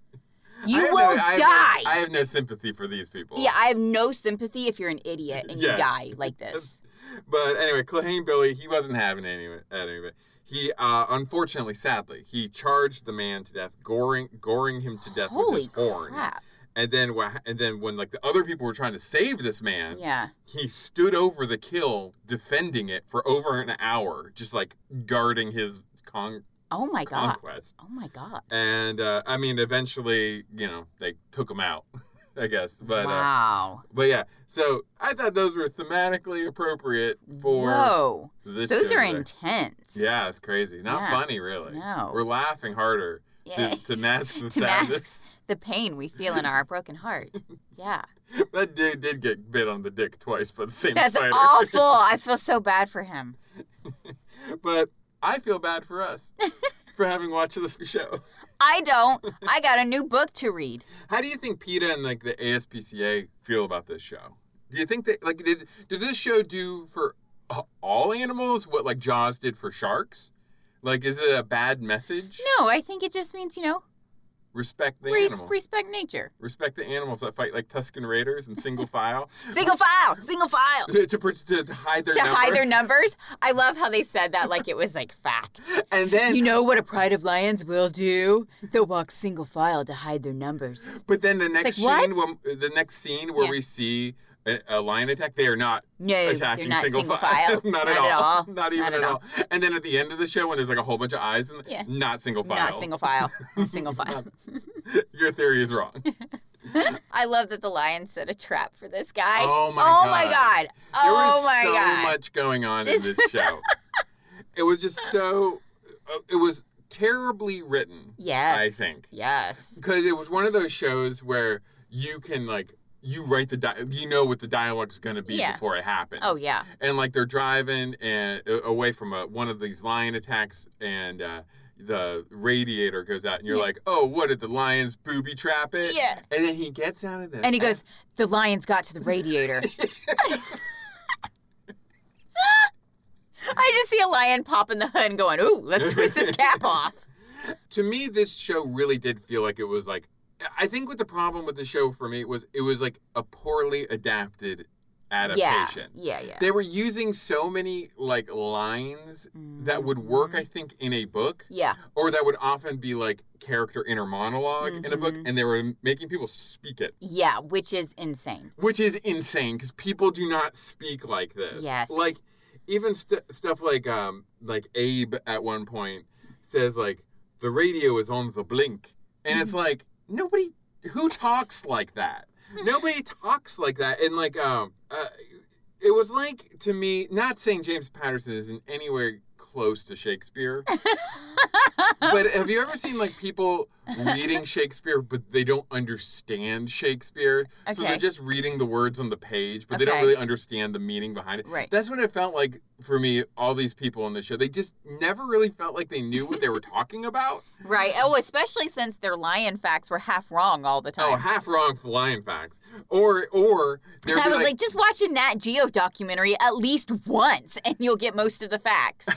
[SPEAKER 2] You
[SPEAKER 3] I have no-
[SPEAKER 2] will
[SPEAKER 3] I have no-
[SPEAKER 2] die.
[SPEAKER 3] I have no sympathy for these people.
[SPEAKER 2] yeah, I have no sympathy if you're an idiot and you
[SPEAKER 3] Yeah.
[SPEAKER 2] die like this.
[SPEAKER 3] But anyway, Clayne Billy, he wasn't having any of it. At any of it. He, uh, unfortunately, sadly, he charged the man to death, goring, goring him to death with
[SPEAKER 2] Holy
[SPEAKER 3] his horn.
[SPEAKER 2] crap.
[SPEAKER 3] And then, wha- and then when like the other people were trying to save this man,
[SPEAKER 2] Yeah.
[SPEAKER 3] he stood over the kill, defending it for over an hour, just like guarding his con-
[SPEAKER 2] Oh my god.
[SPEAKER 3] conquest.
[SPEAKER 2] Oh my god.
[SPEAKER 3] And uh, I mean, eventually, you know, they took him out. I guess. But uh,
[SPEAKER 2] wow.
[SPEAKER 3] but yeah, so I thought those were thematically appropriate for
[SPEAKER 2] Whoa.
[SPEAKER 3] this.
[SPEAKER 2] Those
[SPEAKER 3] show
[SPEAKER 2] are
[SPEAKER 3] today.
[SPEAKER 2] intense.
[SPEAKER 3] Yeah, it's crazy. Not
[SPEAKER 2] Yeah.
[SPEAKER 3] funny, really.
[SPEAKER 2] No.
[SPEAKER 3] We're laughing harder
[SPEAKER 2] Yeah.
[SPEAKER 3] to, to mask the
[SPEAKER 2] To mask-
[SPEAKER 3] sadness.
[SPEAKER 2] The pain we feel in our broken heart. Yeah.
[SPEAKER 3] That dude did get bit on the dick twice by the same
[SPEAKER 2] That's
[SPEAKER 3] spider.
[SPEAKER 2] awful. I feel so bad for him.
[SPEAKER 3] but I feel bad for us for having watched this show.
[SPEAKER 2] I don't. I got a new book to read.
[SPEAKER 3] How do you think PETA and like the ASPCA feel about this show? Do you think that like did did this show do for a- all animals what like Jaws did for sharks? Like, is it a bad message?
[SPEAKER 2] No, I think it just means, you know,
[SPEAKER 3] Respect the
[SPEAKER 2] res-
[SPEAKER 3] animal.
[SPEAKER 2] respect nature.
[SPEAKER 3] Respect the animals that fight like Tuscan Raiders and single file
[SPEAKER 2] Single file, single file.
[SPEAKER 3] to, pr- to hide their
[SPEAKER 2] to hide
[SPEAKER 3] number.
[SPEAKER 2] their numbers. I love how they said that like it was like fact.
[SPEAKER 3] and then
[SPEAKER 2] You know what a pride of lions will do? They'll walk single file to hide their numbers.
[SPEAKER 3] But then the next
[SPEAKER 2] like,
[SPEAKER 3] scene,
[SPEAKER 2] what?
[SPEAKER 3] when, the next scene where
[SPEAKER 2] Yeah.
[SPEAKER 3] we see a, a lion attack, they are not
[SPEAKER 2] No, they're
[SPEAKER 3] attacking
[SPEAKER 2] not
[SPEAKER 3] single, file. not, at, all. Not even at, all. And then at the end of the show, when there's like a whole bunch of eyes, and
[SPEAKER 2] Yeah.
[SPEAKER 3] not single file.
[SPEAKER 2] Not single file. Not single file.
[SPEAKER 3] Your theory is wrong.
[SPEAKER 2] I love that the lion set a trap for this guy.
[SPEAKER 3] Oh my
[SPEAKER 2] oh my
[SPEAKER 3] God.
[SPEAKER 2] god.
[SPEAKER 3] there
[SPEAKER 2] Oh
[SPEAKER 3] was
[SPEAKER 2] my
[SPEAKER 3] so
[SPEAKER 2] god.
[SPEAKER 3] much going on in
[SPEAKER 2] This-
[SPEAKER 3] this show. it was just so. uh, It was terribly written.
[SPEAKER 2] Yes.
[SPEAKER 3] I think.
[SPEAKER 2] Yes.
[SPEAKER 3] because it was one of those shows where you can like you write the di- you know what the dialogue's going to be
[SPEAKER 2] Yeah.
[SPEAKER 3] before it happens.
[SPEAKER 2] Oh yeah.
[SPEAKER 3] and like they're driving and uh, away from a, one of these lion attacks and uh, the radiator goes out and you're
[SPEAKER 2] Yeah.
[SPEAKER 3] like oh what did the lions booby trap it
[SPEAKER 2] Yeah.
[SPEAKER 3] and then he gets out of there
[SPEAKER 2] And he goes, the lions got to the radiator. I just see a lion popping the hood and going, ooh, let's twist his cap off.
[SPEAKER 3] to me this show really did feel like it was like i think what the problem with the show for me was it was like a poorly adapted adaptation
[SPEAKER 2] Yeah, yeah, yeah.
[SPEAKER 3] they were using so many like lines that
[SPEAKER 2] Mm-hmm.
[SPEAKER 3] would work i think in a book
[SPEAKER 2] Yeah,
[SPEAKER 3] or that would often be like character inner monolog in a book
[SPEAKER 2] Mhm.
[SPEAKER 3] and they were making people speak it
[SPEAKER 2] yeah, which is insane.
[SPEAKER 3] which is insane because people do not speak like this
[SPEAKER 2] Yes.
[SPEAKER 3] like even st- stuff like um like abe at one point says like the radio is on the blink and it's like nobody who talks like that nobody talks like that and like um uh, it was like to me not saying james patterson is in anywhere close to shakespeare but have you ever seen like people reading Shakespeare, but they don't understand Shakespeare? So they're
[SPEAKER 2] Okay.
[SPEAKER 3] just reading the words on the page, but they don't
[SPEAKER 2] Okay.
[SPEAKER 3] really understand the meaning behind it.
[SPEAKER 2] Right.
[SPEAKER 3] That's what it felt like for me. All these people on the show, they just never really felt like they knew what they were talking about.
[SPEAKER 2] Right. Oh, especially since their lion facts were half wrong all the time.
[SPEAKER 3] Oh, half wrong for lion facts, or or they're
[SPEAKER 2] I was
[SPEAKER 3] like,
[SPEAKER 2] like, just watch a Nat Geo documentary at least once and you'll get most of the facts.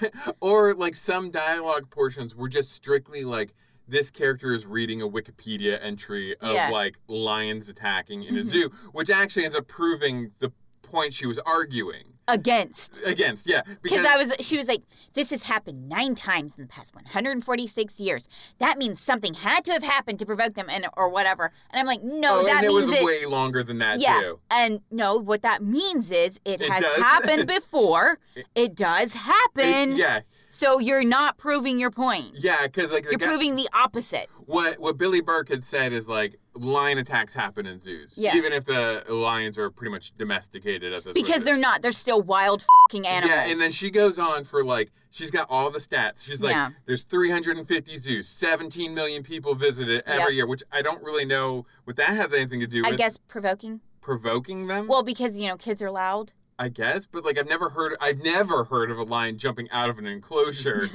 [SPEAKER 3] or like some dialogue portions were just strictly like this character is reading a Wikipedia entry of
[SPEAKER 2] Yeah. Mm-hmm.
[SPEAKER 3] like lions attacking in a zoo, which actually ends up proving the point she was arguing
[SPEAKER 2] Against.
[SPEAKER 3] against. Yeah,
[SPEAKER 2] Because I was, she was like, this has happened nine times in the past 146 years. That means something had to have happened to provoke them, and or whatever. And I'm like, no,
[SPEAKER 3] oh,
[SPEAKER 2] that
[SPEAKER 3] and it
[SPEAKER 2] means
[SPEAKER 3] was
[SPEAKER 2] it.
[SPEAKER 3] way longer than that
[SPEAKER 2] yeah,
[SPEAKER 3] too.
[SPEAKER 2] and no, what that means is it,
[SPEAKER 3] It
[SPEAKER 2] has
[SPEAKER 3] does.
[SPEAKER 2] happened before. It does happen.
[SPEAKER 3] It- yeah,
[SPEAKER 2] So you're not proving your point.
[SPEAKER 3] yeah, because like the
[SPEAKER 2] You're
[SPEAKER 3] guy,
[SPEAKER 2] proving the opposite.
[SPEAKER 3] what what Billy Burke had said is like lion attacks happen in zoos,
[SPEAKER 2] Yeah.
[SPEAKER 3] even if the lions are pretty much domesticated at this.
[SPEAKER 2] Because
[SPEAKER 3] point.
[SPEAKER 2] they're not. They're still wild fing animals.
[SPEAKER 3] Yeah, and then she goes on for like she's got all the stats. She's like,
[SPEAKER 2] Yeah.
[SPEAKER 3] there's 350 zoos, 17 million people visit it every
[SPEAKER 2] Yep.
[SPEAKER 3] year, which I don't really know what that has anything to do
[SPEAKER 2] I
[SPEAKER 3] with
[SPEAKER 2] guess provoking.
[SPEAKER 3] provoking them.
[SPEAKER 2] Well, because, you know, kids are loud.
[SPEAKER 3] I guess, but like I've never heard I've never heard of a lion jumping out of an enclosure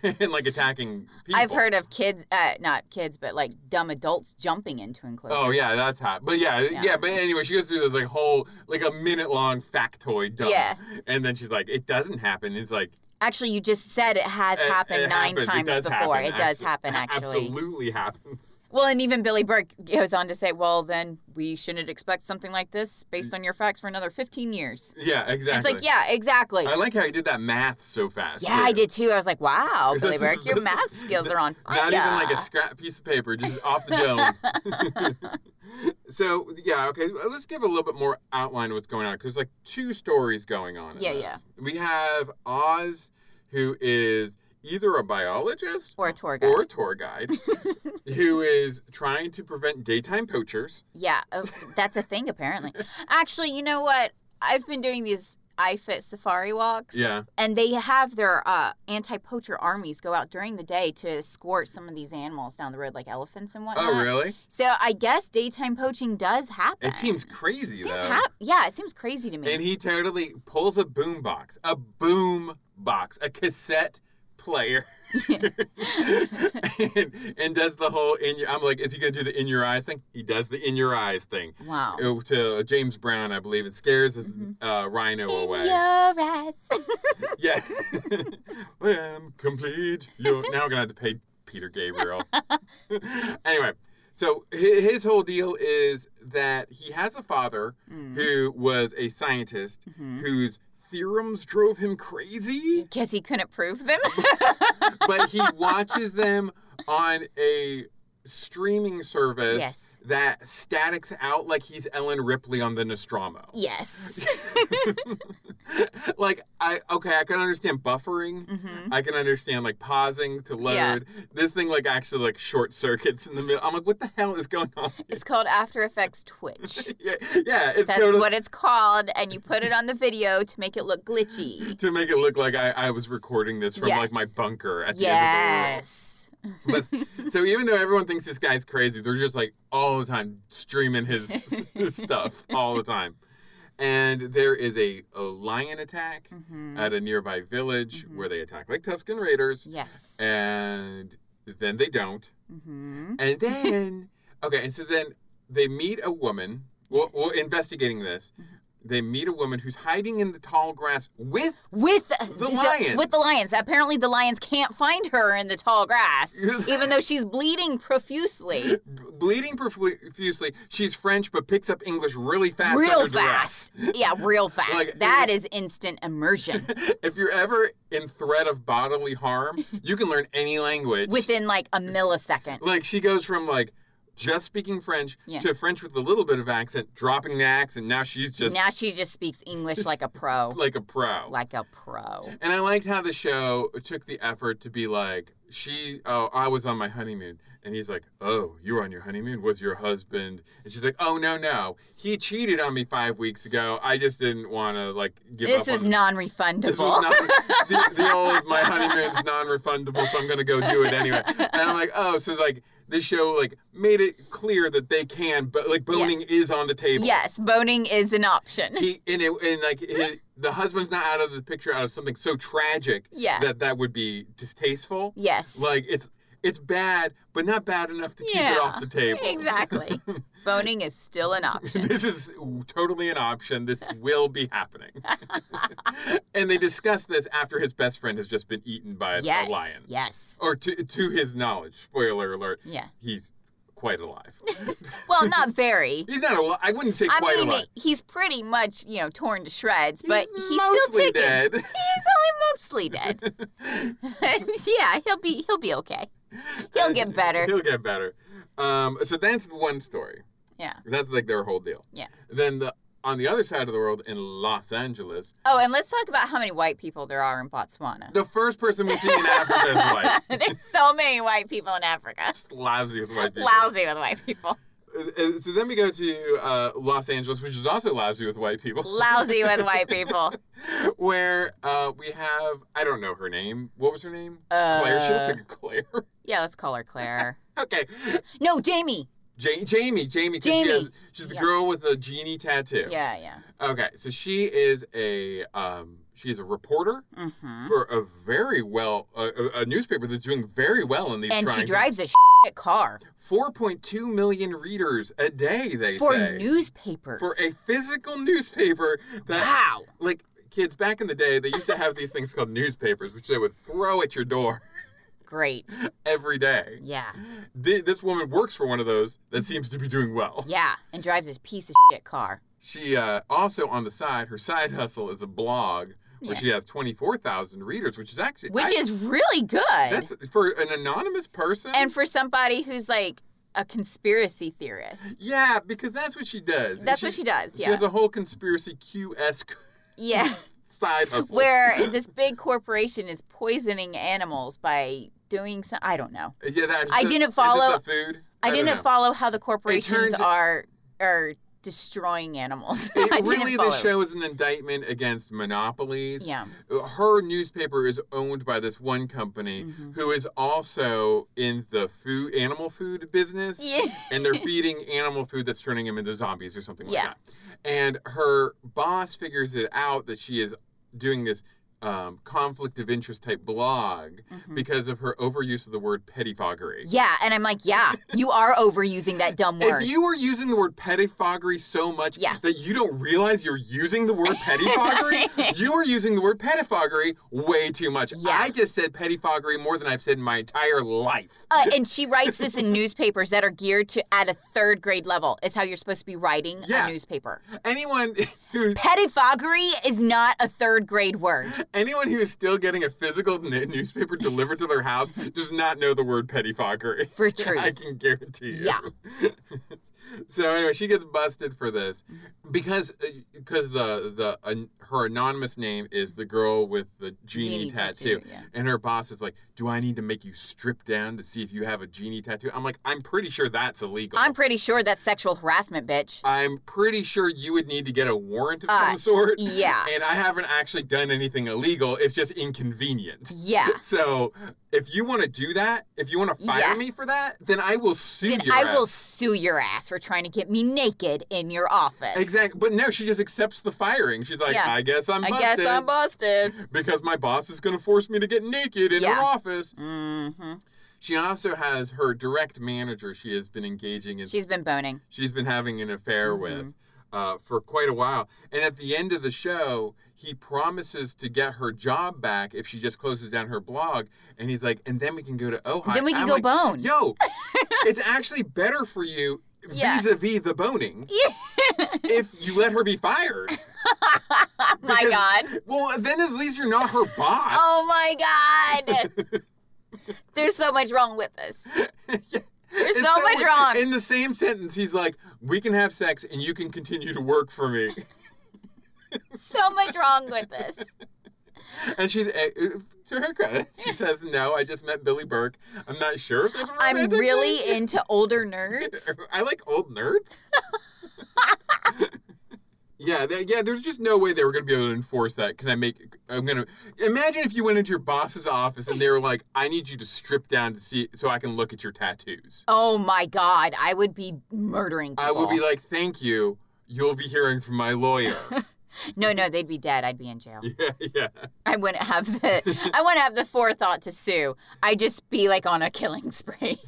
[SPEAKER 3] and like attacking people.
[SPEAKER 2] I've heard of kids, uh, not kids, but like dumb adults jumping into enclosures.
[SPEAKER 3] Oh yeah, that's hot. But yeah, yeah,
[SPEAKER 2] Yeah.
[SPEAKER 3] But anyway, she goes through this like whole like a minute long factoid dump,
[SPEAKER 2] Yeah.
[SPEAKER 3] and then she's like, "It doesn't happen." It's like
[SPEAKER 2] Actually, you just said it has
[SPEAKER 3] it-
[SPEAKER 2] happened
[SPEAKER 3] it
[SPEAKER 2] nine
[SPEAKER 3] happens. It
[SPEAKER 2] times
[SPEAKER 3] does
[SPEAKER 2] before.
[SPEAKER 3] happen,
[SPEAKER 2] it does
[SPEAKER 3] actu-
[SPEAKER 2] happen, actually.
[SPEAKER 3] Absolutely happens.
[SPEAKER 2] Well, and even Billy Burke goes on to say, well, then we shouldn't expect something like this based on your facts for another 15 years.
[SPEAKER 3] Yeah, exactly.
[SPEAKER 2] It's like, yeah, exactly.
[SPEAKER 3] I like how you did that math so fast.
[SPEAKER 2] yeah,
[SPEAKER 3] too.
[SPEAKER 2] I did too. I was like, wow,
[SPEAKER 3] This
[SPEAKER 2] Billy
[SPEAKER 3] is-
[SPEAKER 2] Burke, your
[SPEAKER 3] this is-
[SPEAKER 2] math skills are on fire.
[SPEAKER 3] Not even like a scrap piece of paper, just off the dome. so yeah, okay. well, Let's give a little bit more outline of what's going on because like two stories going on. in
[SPEAKER 2] Yeah,
[SPEAKER 3] this. We have Oz, who is either a biologist
[SPEAKER 2] Or a tour guide.
[SPEAKER 3] or a tour guide who is trying to prevent daytime poachers.
[SPEAKER 2] yeah, oh, that's a thing apparently. Actually, you know what? I've been doing these iFit safari walks.
[SPEAKER 3] Yeah.
[SPEAKER 2] And they have their uh, anti poacher armies go out during the day to escort some of these animals down the road, like elephants and whatnot.
[SPEAKER 3] Oh, really?
[SPEAKER 2] So I guess daytime poaching does happen.
[SPEAKER 3] It seems crazy
[SPEAKER 2] Uh, Seems
[SPEAKER 3] though.
[SPEAKER 2] hap- yeah, it seems crazy to me.
[SPEAKER 3] And he totally pulls a boom box, a boom box, a cassette player, and, and does the whole in your. I'm like, is he gonna do the in your eyes thing? He does the in your eyes thing.
[SPEAKER 2] wow.
[SPEAKER 3] Oh, To James Brown, I believe it scares his uh, rhino away.
[SPEAKER 2] your eyes.
[SPEAKER 3] Yeah, I am complete. You're, now we're gonna have to pay Peter Gabriel. anyway, so hi- his whole deal is that he has a father who was a scientist whose theorems drove him crazy,
[SPEAKER 2] Because he couldn't prove them.
[SPEAKER 3] but he watches them on a streaming service
[SPEAKER 2] Yes.
[SPEAKER 3] that statics out like he's Ellen Ripley on the Nostromo.
[SPEAKER 2] yes.
[SPEAKER 3] like I okay, I can understand buffering.
[SPEAKER 2] Mhm.
[SPEAKER 3] I can understand like pausing to load.
[SPEAKER 2] Yeah.
[SPEAKER 3] This thing like actually like short circuits in the middle. I'm like, what the hell is going on? here?"
[SPEAKER 2] It's called After Effects Twitch.
[SPEAKER 3] yeah, yeah, it's
[SPEAKER 2] That's
[SPEAKER 3] totally
[SPEAKER 2] what it's called, and you put it on the video to make it look glitchy.
[SPEAKER 3] to make it look like I, I was recording this from like
[SPEAKER 2] Yes.
[SPEAKER 3] my bunker at the end
[SPEAKER 2] Yes.
[SPEAKER 3] of the world. But, so even though everyone thinks this guy's crazy, they're just like all the time streaming his, his stuff all the time. And there is a, a lion attack
[SPEAKER 2] Mhm.
[SPEAKER 3] at a nearby village
[SPEAKER 2] Mhm.
[SPEAKER 3] where they attack like Tuscan Raiders.
[SPEAKER 2] Yes.
[SPEAKER 3] and then they don't.
[SPEAKER 2] hmm
[SPEAKER 3] And then, okay, and so then they meet a woman. Well, well, investigating this,
[SPEAKER 2] Mm-hmm.
[SPEAKER 3] they meet a woman who's hiding in the tall grass with
[SPEAKER 2] With uh,
[SPEAKER 3] The
[SPEAKER 2] so-
[SPEAKER 3] lions.
[SPEAKER 2] With the lions. Apparently, the lions can't find her in the tall grass, even though she's bleeding profusely.
[SPEAKER 3] b- bleeding profusely. She's French, but picks up English really fast.
[SPEAKER 2] real
[SPEAKER 3] under
[SPEAKER 2] fast. Yeah, real fast.
[SPEAKER 3] Like,
[SPEAKER 2] that is instant immersion
[SPEAKER 3] duress. If you're ever in threat of bodily harm, you can learn any language
[SPEAKER 2] within like a millisecond.
[SPEAKER 3] Like she goes from like just speaking French
[SPEAKER 2] Yeah.
[SPEAKER 3] to French with a little bit of accent, dropping the accent. Now she's just
[SPEAKER 2] now she just speaks English like a pro.
[SPEAKER 3] like a pro.
[SPEAKER 2] Like a pro.
[SPEAKER 3] And I liked how the show took the effort to be like, she, oh, I was on my honeymoon. And he's like, oh, you were on your honeymoon? Was your husband? And she's like, oh, no, no. He cheated on me five weeks ago. I just didn't want to, like, give
[SPEAKER 2] This
[SPEAKER 3] up
[SPEAKER 2] was
[SPEAKER 3] on
[SPEAKER 2] non refundable.
[SPEAKER 3] This was not the, the old my honeymoon's non-refundable, so I'm gonna go do it anyway. And I'm like, oh, so like this show like made it clear that they can, but like boning is on the table.
[SPEAKER 2] yes, boning is an option.
[SPEAKER 3] he and, it, and like his, the husband's not out of the picture out of something so tragic
[SPEAKER 2] Yeah.
[SPEAKER 3] that that would be distasteful
[SPEAKER 2] yes.
[SPEAKER 3] like it's it's bad but not bad enough to keep it off the table
[SPEAKER 2] Exactly. boning is still an option.
[SPEAKER 3] this is totally an option this will be happening and they discuss this after his best friend has just been eaten by a-
[SPEAKER 2] yes.
[SPEAKER 3] a lion
[SPEAKER 2] Yes.
[SPEAKER 3] or to, to his knowledge spoiler alert
[SPEAKER 2] Yeah.
[SPEAKER 3] he's quite alive
[SPEAKER 2] Well, not very.
[SPEAKER 3] he's not alive i wouldn't say
[SPEAKER 2] I
[SPEAKER 3] quite
[SPEAKER 2] mean,
[SPEAKER 3] alive
[SPEAKER 2] he's pretty much, you know, torn to shreds, but he's, still
[SPEAKER 3] mostly
[SPEAKER 2] ticking.
[SPEAKER 3] dead
[SPEAKER 2] He's only mostly dead. yeah, he'll be he'll be okay. He'll get better.
[SPEAKER 3] He'll get better. Um, so that's the one story.
[SPEAKER 2] Yeah.
[SPEAKER 3] That's like their whole deal.
[SPEAKER 2] Yeah.
[SPEAKER 3] Then the on the other side of the world in Los Angeles,
[SPEAKER 2] Oh, and let's talk about how many white people there are in Botswana.
[SPEAKER 3] the first person we see in Africa is white.
[SPEAKER 2] There's so many white people in Africa.
[SPEAKER 3] Just lousy with white people.
[SPEAKER 2] Lousy with white people.
[SPEAKER 3] Uh, So then we go to uh, Los Angeles, which is also lousy with white people,
[SPEAKER 2] Lousy with white people.
[SPEAKER 3] where uh, we have I don't know her name. What was her name? Claire. She looks
[SPEAKER 2] Uh,
[SPEAKER 3] like a Claire.
[SPEAKER 2] Yeah, let's call her Claire.
[SPEAKER 3] okay.
[SPEAKER 2] No, Jamie.
[SPEAKER 3] Ja- Jamie. Jamie. 'cause she
[SPEAKER 2] Jamie.
[SPEAKER 3] has- she's the
[SPEAKER 2] Yeah.
[SPEAKER 3] girl with the genie tattoo.
[SPEAKER 2] Yeah, yeah.
[SPEAKER 3] Okay, so she is a um, she is a reporter
[SPEAKER 2] Mm-hmm.
[SPEAKER 3] for a very well uh, a, a newspaper that's doing very well in these.
[SPEAKER 2] And she
[SPEAKER 3] trying
[SPEAKER 2] drives a shit car
[SPEAKER 3] Four point two million readers a day. They
[SPEAKER 2] for
[SPEAKER 3] say
[SPEAKER 2] newspapers.
[SPEAKER 3] for a physical newspaper that
[SPEAKER 2] wow.
[SPEAKER 3] like kids back in the day they used to have these things called newspapers which they would throw at your door
[SPEAKER 2] Great.
[SPEAKER 3] every day.
[SPEAKER 2] Yeah,
[SPEAKER 3] Th- this woman works for one of those
[SPEAKER 2] Mm-hmm.
[SPEAKER 3] that seems to be doing well.
[SPEAKER 2] yeah. And drives a piece of shit car.
[SPEAKER 3] She uh, also on the side her side hustle is a blog. Where
[SPEAKER 2] Yeah.
[SPEAKER 3] she has twenty four thousand readers, which is actually
[SPEAKER 2] Which
[SPEAKER 3] I-
[SPEAKER 2] is really good.
[SPEAKER 3] That's for an anonymous person.
[SPEAKER 2] and for somebody who's like a conspiracy theorist.
[SPEAKER 3] yeah, because that's what she does.
[SPEAKER 2] That's what she does,
[SPEAKER 3] She
[SPEAKER 2] yeah.
[SPEAKER 3] has a whole conspiracy QS
[SPEAKER 2] Yeah.
[SPEAKER 3] side hustle.
[SPEAKER 2] where this big corporation is poisoning animals by doing some. I don't know.
[SPEAKER 3] Yeah, that's
[SPEAKER 2] I
[SPEAKER 3] the-
[SPEAKER 2] didn't
[SPEAKER 3] is it
[SPEAKER 2] follow-
[SPEAKER 3] the food.
[SPEAKER 2] I,
[SPEAKER 3] don't
[SPEAKER 2] didn't
[SPEAKER 3] know.
[SPEAKER 2] follow how the corporations
[SPEAKER 3] turns-
[SPEAKER 2] are are destroying animals. I
[SPEAKER 3] It,
[SPEAKER 2] didn't
[SPEAKER 3] really,
[SPEAKER 2] follow.
[SPEAKER 3] this show is an indictment against monopolies.
[SPEAKER 2] Yeah.
[SPEAKER 3] Her newspaper is owned by this one company
[SPEAKER 2] Mhm.
[SPEAKER 3] who is also in the food animal food business.
[SPEAKER 2] Yeah.
[SPEAKER 3] and they're feeding animal food that's turning them into zombies or something
[SPEAKER 2] Yeah.
[SPEAKER 3] like that. And her boss figures it out that she is doing this um, conflict of interest type blog
[SPEAKER 2] Mhm.
[SPEAKER 3] because of her overuse of the word pettifoggery.
[SPEAKER 2] Yeah, and I'm like, yeah, you are overusing that dumb word.
[SPEAKER 3] If you are using the word pettifoggery so much
[SPEAKER 2] Yeah.
[SPEAKER 3] that you don't realize you're using the word pettifoggery, you are using the word pettifoggery way too much.
[SPEAKER 2] Yeah.
[SPEAKER 3] I just said pettifoggery more than I've said in my entire life.
[SPEAKER 2] Uh, and she writes this in newspapers that are geared to at a third grade level is how you're supposed to be writing
[SPEAKER 3] Yeah.
[SPEAKER 2] a newspaper.
[SPEAKER 3] Anyone who
[SPEAKER 2] Pettifoggery is not a third grade word.
[SPEAKER 3] Anyone who is still getting a physical n- newspaper delivered to their house does not know the word pettifoggery.
[SPEAKER 2] For truth.
[SPEAKER 3] I can guarantee you.
[SPEAKER 2] Yeah.
[SPEAKER 3] so anyway, she gets busted for this
[SPEAKER 2] Mm-hmm.
[SPEAKER 3] because uh, because the the an her anonymous name is the girl with the genie,
[SPEAKER 2] Genie
[SPEAKER 3] tattoo.
[SPEAKER 2] tattoo, yeah.
[SPEAKER 3] And her boss is like, "Do I need to make you strip down to see if you have a genie tattoo?" I'm like, "I'm pretty sure that's illegal."
[SPEAKER 2] I'm pretty sure that's sexual harassment, bitch.
[SPEAKER 3] I'm pretty sure you would need to get a warrant of
[SPEAKER 2] Uh,
[SPEAKER 3] some sort.
[SPEAKER 2] yeah.
[SPEAKER 3] And I haven't actually done anything illegal. It's just inconvenient.
[SPEAKER 2] Yeah.
[SPEAKER 3] So if you want to do that, if you want to fire
[SPEAKER 2] Yeah.
[SPEAKER 3] me for that, then I will sue
[SPEAKER 2] Then
[SPEAKER 3] your
[SPEAKER 2] I will
[SPEAKER 3] ass.
[SPEAKER 2] sue your ass for trying to get me naked in your office.
[SPEAKER 3] Exactly. But no, she just accepts the firing. She's like,
[SPEAKER 2] Yeah.
[SPEAKER 3] I guess I'm
[SPEAKER 2] I
[SPEAKER 3] busted.
[SPEAKER 2] guess I'm busted.
[SPEAKER 3] because my boss is going to force me to get naked in
[SPEAKER 2] Yeah.
[SPEAKER 3] her office.
[SPEAKER 2] Mm-hmm.
[SPEAKER 3] She also has her direct manager she has been engaging in
[SPEAKER 2] She's been boning.
[SPEAKER 3] she's been having an affair with
[SPEAKER 2] Mm-hmm.
[SPEAKER 3] uh, for quite a while. And at the end of the show, he promises to get her job back if she just closes down her blog. And he's like, and then we can go to Ohio.
[SPEAKER 2] Then we can
[SPEAKER 3] I'm
[SPEAKER 2] go
[SPEAKER 3] like,
[SPEAKER 2] bone.
[SPEAKER 3] Yo, it's actually better for you
[SPEAKER 2] Yeah.
[SPEAKER 3] vis a vis the boning if you let her be fired.
[SPEAKER 2] Oh My
[SPEAKER 3] Because-
[SPEAKER 2] God.
[SPEAKER 3] Well, then at least you're not her boss.
[SPEAKER 2] Oh my God. There's so much wrong with this. There's
[SPEAKER 3] It's
[SPEAKER 2] so much
[SPEAKER 3] weird.
[SPEAKER 2] wrong.
[SPEAKER 3] In the same sentence, he's like, "We can have sex, and you can continue to work for me."
[SPEAKER 2] So much wrong with this.
[SPEAKER 3] And she's eh, eh, to her credit, she says, "No, I just met Billy Burke. I'm not sure if that's a
[SPEAKER 2] I'm
[SPEAKER 3] romantic
[SPEAKER 2] really
[SPEAKER 3] thing."
[SPEAKER 2] into older nerds.
[SPEAKER 3] I like old nerds. yeah, th- yeah. There's just no way they were gonna be able to enforce that. Can I make? I'm gonna imagine if you went into your boss's office and they were like, "I need you to strip down to see so I can look at your tattoos."
[SPEAKER 2] Oh my God. I would be murdering people.
[SPEAKER 3] I would be like, "Thank you. You'll be hearing from my lawyer."
[SPEAKER 2] no, no, they'd be dead. I'd be in jail.
[SPEAKER 3] yeah, yeah.
[SPEAKER 2] I wouldn't have the I wouldn't have the forethought to sue. I'd just be like on a killing spree.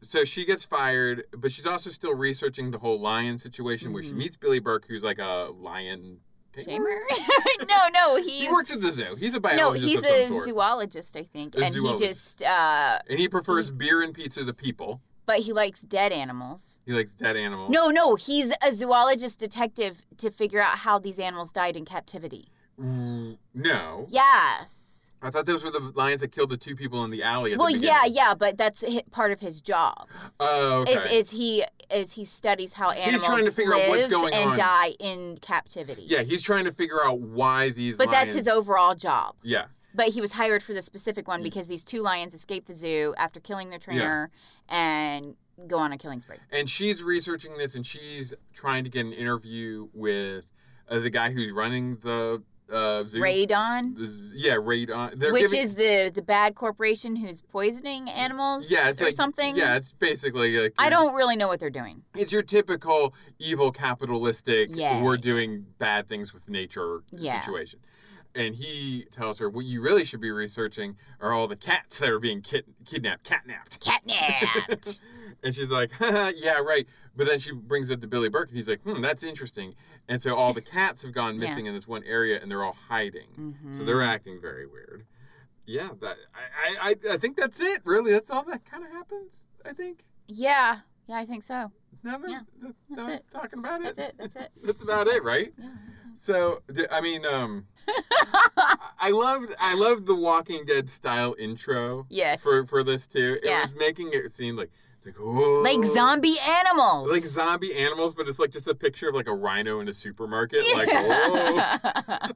[SPEAKER 3] so she gets fired, but she's also still researching the whole lion situation where she
[SPEAKER 2] Mhm.
[SPEAKER 3] meets Billy Burke, who's like a lion tamer.
[SPEAKER 2] Tamer? no, no, he's
[SPEAKER 3] He works at the zoo. He's a
[SPEAKER 2] no,
[SPEAKER 3] biologist
[SPEAKER 2] he's
[SPEAKER 3] of some
[SPEAKER 2] a
[SPEAKER 3] sort,
[SPEAKER 2] zoologist, I think,
[SPEAKER 3] A
[SPEAKER 2] and he
[SPEAKER 3] zoologist.
[SPEAKER 2] just uh,
[SPEAKER 3] and he prefers beer and pizza to people.
[SPEAKER 2] but he likes dead animals.
[SPEAKER 3] He likes dead animals.
[SPEAKER 2] No, no, he's a zoologist detective to figure out how these animals died in captivity.
[SPEAKER 3] Mm, no.
[SPEAKER 2] Yes.
[SPEAKER 3] I thought those were the lions that killed the two people in the alley. At
[SPEAKER 2] Well,
[SPEAKER 3] the
[SPEAKER 2] yeah,
[SPEAKER 3] beginning.
[SPEAKER 2] yeah, but that's hi- part of his job.
[SPEAKER 3] Oh, okay.
[SPEAKER 2] Is is he is he studies how animals
[SPEAKER 3] trying to figure out what's
[SPEAKER 2] live
[SPEAKER 3] going
[SPEAKER 2] and
[SPEAKER 3] on.
[SPEAKER 2] die in captivity.
[SPEAKER 3] yeah, he's trying to figure out why these.
[SPEAKER 2] But that's his
[SPEAKER 3] lions-
[SPEAKER 2] overall job.
[SPEAKER 3] Yeah,
[SPEAKER 2] But he was hired for the specific one
[SPEAKER 3] Mm.
[SPEAKER 2] because these two lions escaped the zoo after killing their
[SPEAKER 3] Yeah.
[SPEAKER 2] trainer and go on a killing spree.
[SPEAKER 3] and she's researching this, and she's trying to get an interview with uh, the guy who's running the uh, zoo.
[SPEAKER 2] Radon,
[SPEAKER 3] The z- yeah, radon. They're
[SPEAKER 2] which
[SPEAKER 3] giving-
[SPEAKER 2] is the the bad corporation who's poisoning animals
[SPEAKER 3] yeah, it's
[SPEAKER 2] or
[SPEAKER 3] like,
[SPEAKER 2] something.
[SPEAKER 3] Yeah, it's basically like
[SPEAKER 2] I don't really know what they're doing.
[SPEAKER 3] It's your typical evil capitalistic.
[SPEAKER 2] Yeah.
[SPEAKER 3] We're doing bad things with nature
[SPEAKER 2] Yeah.
[SPEAKER 3] situation. And he tells her what you really should be researching are all the cats that are being kid- kidnapped, catnapped.
[SPEAKER 2] Catnapped.
[SPEAKER 3] And she's like, Haha, yeah, right. But then she brings up to Billy Burke, and he's like, hmm, that's interesting. And so all the cats have gone
[SPEAKER 2] Yeah.
[SPEAKER 3] missing in this one area, and they're all hiding.
[SPEAKER 2] Mm-hmm.
[SPEAKER 3] So they're
[SPEAKER 2] Mm.
[SPEAKER 3] acting very weird. Yeah, that I, I I- I think that's it. Really, that's all that kind of happens. I think.
[SPEAKER 2] yeah, yeah, I think so.
[SPEAKER 3] Now that,
[SPEAKER 2] Yeah,
[SPEAKER 3] that-
[SPEAKER 2] that's
[SPEAKER 3] now that
[SPEAKER 2] it.
[SPEAKER 3] I'm talking about it,
[SPEAKER 2] That's it. That's it.
[SPEAKER 3] That's about it, right?
[SPEAKER 2] Yeah.
[SPEAKER 3] So d- I mean, um, I- I loved I loved the Walking Dead style intro
[SPEAKER 2] Yes.
[SPEAKER 3] for for this too. It
[SPEAKER 2] Yeah.
[SPEAKER 3] was making it seem like it's like oh
[SPEAKER 2] like zombie animals.
[SPEAKER 3] like zombie animals, but it's like just a picture of like a rhino in a supermarket. Like,
[SPEAKER 2] Yeah.
[SPEAKER 3] whoa. "Oh."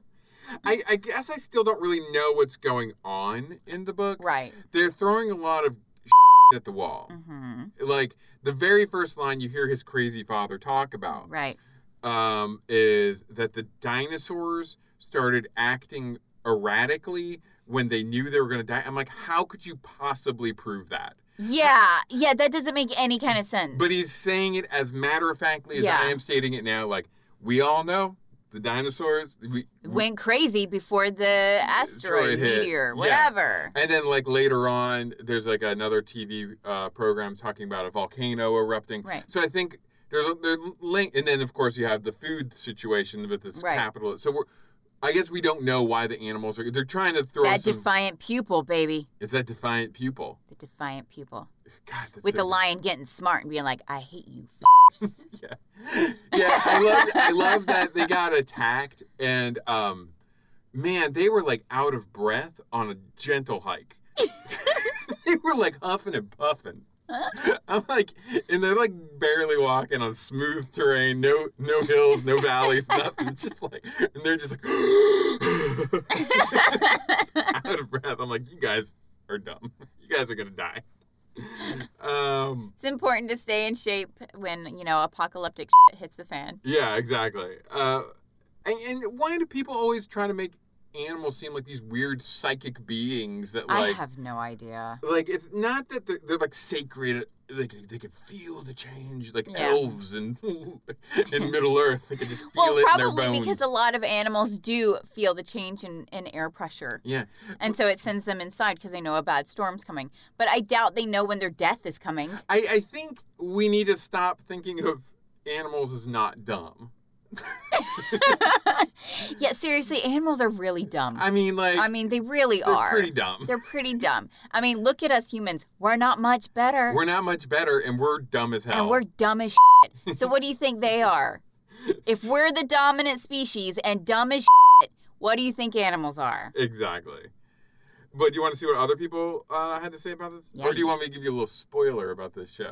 [SPEAKER 3] I, I guess I still don't really know what's going on in the book.
[SPEAKER 2] Right.
[SPEAKER 3] They're throwing a lot of at the wall.
[SPEAKER 2] Mm-hmm.
[SPEAKER 3] Like the very first line you hear his crazy father talk about
[SPEAKER 2] Right.
[SPEAKER 3] um, is that the dinosaurs started acting erratically when they knew they were going to die. I'm like, how could you possibly prove that?
[SPEAKER 2] Yeah. Yeah. That doesn't make any kind of sense.
[SPEAKER 3] But he's saying it as matter of factly as
[SPEAKER 2] Yeah.
[SPEAKER 3] I am stating it now. Like we all know the dinosaurs. We,
[SPEAKER 2] went crazy before the asteroid
[SPEAKER 3] Asteroid hit.
[SPEAKER 2] meteor,
[SPEAKER 3] Yeah.
[SPEAKER 2] whatever.
[SPEAKER 3] and then like later on, there's like another TV uh, program talking about a volcano erupting.
[SPEAKER 2] Right.
[SPEAKER 3] So I think there's a there's link, and then of course you have the food situation with this
[SPEAKER 2] Right.
[SPEAKER 3] capital. So we're, I guess we don't know why the animals are. They're trying to throw
[SPEAKER 2] That
[SPEAKER 3] some.
[SPEAKER 2] defiant pupil, baby.
[SPEAKER 3] is that defiant pupil?
[SPEAKER 2] The defiant pupil.
[SPEAKER 3] God, that's
[SPEAKER 2] With
[SPEAKER 3] so
[SPEAKER 2] the
[SPEAKER 3] good.
[SPEAKER 2] lion getting smart and being like, I hate you. f***ers."
[SPEAKER 3] Yeah, yeah. I love I love that they got attacked, and um, man, they were like out of breath on a gentle hike. they were like huffing and puffing. I'm like, and they're like barely walking on smooth terrain, no no hills, no valleys, nothing. Just like, and they're just like out of breath. I'm like, you guys are dumb. You guys are gonna die. Um.
[SPEAKER 2] it's important to stay in shape when, you know, apocalyptic shit hits the fan.
[SPEAKER 3] Yeah, exactly. Uh, and, and why do people always try to make animals seem like these weird psychic beings that
[SPEAKER 2] I
[SPEAKER 3] like
[SPEAKER 2] have no idea.
[SPEAKER 3] like it's not that they're, they're like sacred they can, they can feel the change like
[SPEAKER 2] Yeah.
[SPEAKER 3] elves and in middle earth they can just feel
[SPEAKER 2] Well,
[SPEAKER 3] it in their
[SPEAKER 2] probably
[SPEAKER 3] bones
[SPEAKER 2] because a lot of animals do feel the change in, in air pressure.
[SPEAKER 3] yeah
[SPEAKER 2] And so it sends them inside because they know a bad storm's coming. But I doubt they know when their death is coming.
[SPEAKER 3] I, I think we need to stop thinking of animals as not dumb
[SPEAKER 2] yeah, seriously, animals are really dumb.
[SPEAKER 3] i mean like
[SPEAKER 2] I mean, they really
[SPEAKER 3] they're
[SPEAKER 2] are.
[SPEAKER 3] pretty dumb
[SPEAKER 2] They're pretty dumb. I mean, look at us humans. We're not much better.
[SPEAKER 3] we're not much better and we're dumb as hell
[SPEAKER 2] and we're dumb as shit. So what do you think they are? If we're the dominant species and dumb as shit, what do you think animals are?
[SPEAKER 3] Exactly. But do you want to see what other people uh, had to say about this?
[SPEAKER 2] Yeah.
[SPEAKER 3] Or do you want me to give you a little spoiler about this show?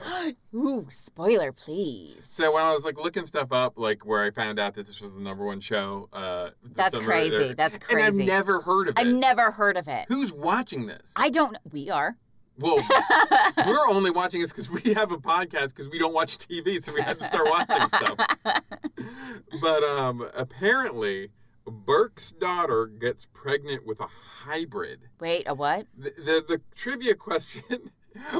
[SPEAKER 2] Ooh, spoiler, please.
[SPEAKER 3] so when I was like looking stuff up, like where I found out that this was the number one show. Uh, this
[SPEAKER 2] That's
[SPEAKER 3] summer,
[SPEAKER 2] crazy.
[SPEAKER 3] uh,
[SPEAKER 2] That's
[SPEAKER 3] And
[SPEAKER 2] crazy.
[SPEAKER 3] I've never heard of
[SPEAKER 2] I've
[SPEAKER 3] it.
[SPEAKER 2] never heard of it.
[SPEAKER 3] Who's watching this?
[SPEAKER 2] I don't. We are.
[SPEAKER 3] well, we're only watching this because we have a podcast because we don't watch TV, so we had to start watching stuff. But um, apparently, Burke's daughter gets pregnant with a hybrid.
[SPEAKER 2] Wait, a what?
[SPEAKER 3] the, the the trivia question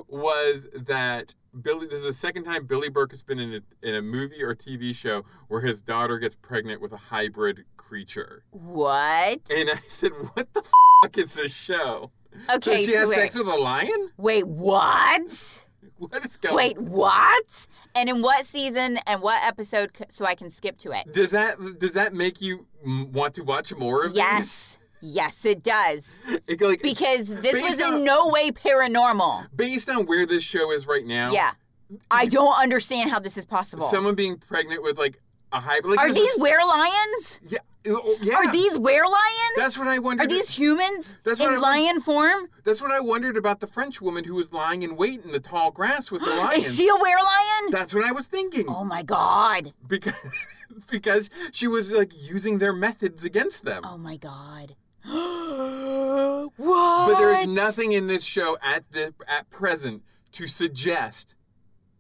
[SPEAKER 3] was that Billy. This is the second time Billy Burke has been in a, in a movie or TV show where his daughter gets pregnant with a hybrid creature.
[SPEAKER 2] What?
[SPEAKER 3] And I said, "What the fuck is this show?"
[SPEAKER 2] okay.
[SPEAKER 3] so she has
[SPEAKER 2] wait,
[SPEAKER 3] sex with a lion.
[SPEAKER 2] wait, what?
[SPEAKER 3] What is going?
[SPEAKER 2] Wait, what? And in what season and what episode? c- So I can skip to it.
[SPEAKER 3] Does that does that make you mm, want to watch more of
[SPEAKER 2] Yes. Yes, it does.
[SPEAKER 3] these? It, like
[SPEAKER 2] Because this
[SPEAKER 3] Based
[SPEAKER 2] was
[SPEAKER 3] on-
[SPEAKER 2] in no way paranormal.
[SPEAKER 3] based on where this show is right now.
[SPEAKER 2] Yeah. I don't understand how this is possible.
[SPEAKER 3] Someone being pregnant with like a hybrid. Like,
[SPEAKER 2] Are
[SPEAKER 3] this
[SPEAKER 2] these
[SPEAKER 3] is-
[SPEAKER 2] were lions?
[SPEAKER 3] yeah. oh, yeah.
[SPEAKER 2] Are these were lions?
[SPEAKER 3] That's what I wondered.
[SPEAKER 2] Are these humans
[SPEAKER 3] That's what I
[SPEAKER 2] in
[SPEAKER 3] won-
[SPEAKER 2] lion form?
[SPEAKER 3] That's what I wondered about the French woman who was lying in wait in the tall grass with the
[SPEAKER 2] Is
[SPEAKER 3] lions.
[SPEAKER 2] she a were lion?
[SPEAKER 3] That's what I was thinking
[SPEAKER 2] Oh my god.
[SPEAKER 3] because because she was like using their methods against them.
[SPEAKER 2] Oh my god.
[SPEAKER 3] but
[SPEAKER 2] what?
[SPEAKER 3] there's nothing in this show at the at present to suggest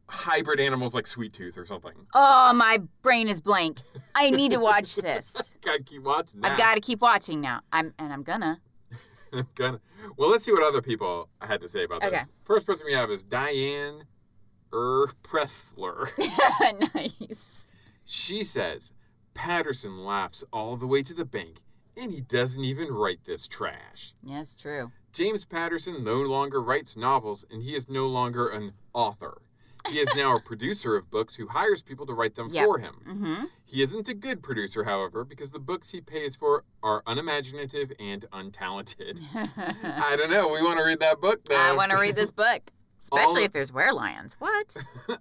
[SPEAKER 3] hybrid animals like sweet tooth or something.
[SPEAKER 2] Oh, my brain is blank. I need to watch this.
[SPEAKER 3] Gotta keep watching. That.
[SPEAKER 2] I've got to keep watching now. I'm and I'm gonna.
[SPEAKER 3] I'm gonna. Well, let's see what other people had to say about
[SPEAKER 2] Okay.
[SPEAKER 3] this. First person we have is Diane Er Pressler.
[SPEAKER 2] nice.
[SPEAKER 3] She says, Patterson laughs all the way to the bank, and he doesn't even write this trash.
[SPEAKER 2] Yes, true.
[SPEAKER 3] James Patterson no longer writes novels, and he is no longer an author. He is now a producer of books who hires people to write them
[SPEAKER 2] Yep.
[SPEAKER 3] for him.
[SPEAKER 2] Mm-hmm.
[SPEAKER 3] He isn't a good producer, however, because the books he pays for are unimaginative and untalented. I don't know. We want to read that book, though.
[SPEAKER 2] I want to read this book, especially
[SPEAKER 3] All-
[SPEAKER 2] if there's were lions. What?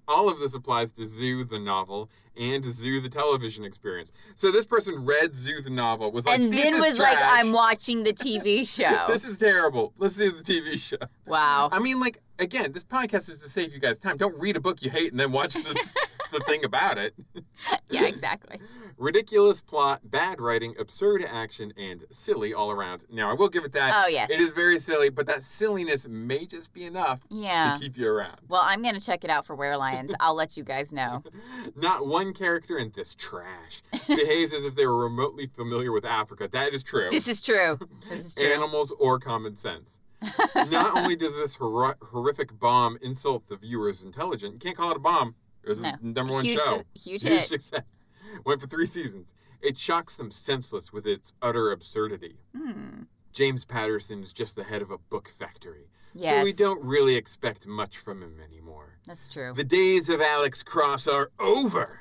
[SPEAKER 3] All of this applies to Zoo the novel and Zoo the television experience. So this person read Zoo the novel was like,
[SPEAKER 2] and
[SPEAKER 3] this
[SPEAKER 2] then
[SPEAKER 3] is
[SPEAKER 2] was like,
[SPEAKER 3] trash.
[SPEAKER 2] I'm watching the TV show.
[SPEAKER 3] This is terrible. Let's do the TV show.
[SPEAKER 2] wow.
[SPEAKER 3] I mean, like again, this podcast is to save you guys time. Don't read a book you hate and then watch the, the thing about it.
[SPEAKER 2] yeah, exactly.
[SPEAKER 3] Ridiculous plot, bad writing, absurd action, and silly all around. Now, I will give it that.
[SPEAKER 2] Oh, yes.
[SPEAKER 3] It is very silly, but that silliness may just be enough
[SPEAKER 2] Yeah.
[SPEAKER 3] to keep you around.
[SPEAKER 2] Well, I'm going to check it out for Were Lions. I'll let you guys know.
[SPEAKER 3] Not one character in this trash behaves as if they were remotely familiar with Africa. That is true.
[SPEAKER 2] This is true. This is true.
[SPEAKER 3] Animals or common sense. Not only does this hor- horrific bomb insult the viewer's intelligence, you can't call it a bomb. It was
[SPEAKER 2] No.
[SPEAKER 3] the number one
[SPEAKER 2] huge,
[SPEAKER 3] show.
[SPEAKER 2] su- huge
[SPEAKER 3] Huge
[SPEAKER 2] hit.
[SPEAKER 3] success. Went for three seasons. It shocks them senseless with its utter absurdity.
[SPEAKER 2] Hmm.
[SPEAKER 3] James Patterson is just the head of a book factory,
[SPEAKER 2] Yes.
[SPEAKER 3] so we don't really expect much from him anymore.
[SPEAKER 2] That's true.
[SPEAKER 3] The days of Alex Cross are over.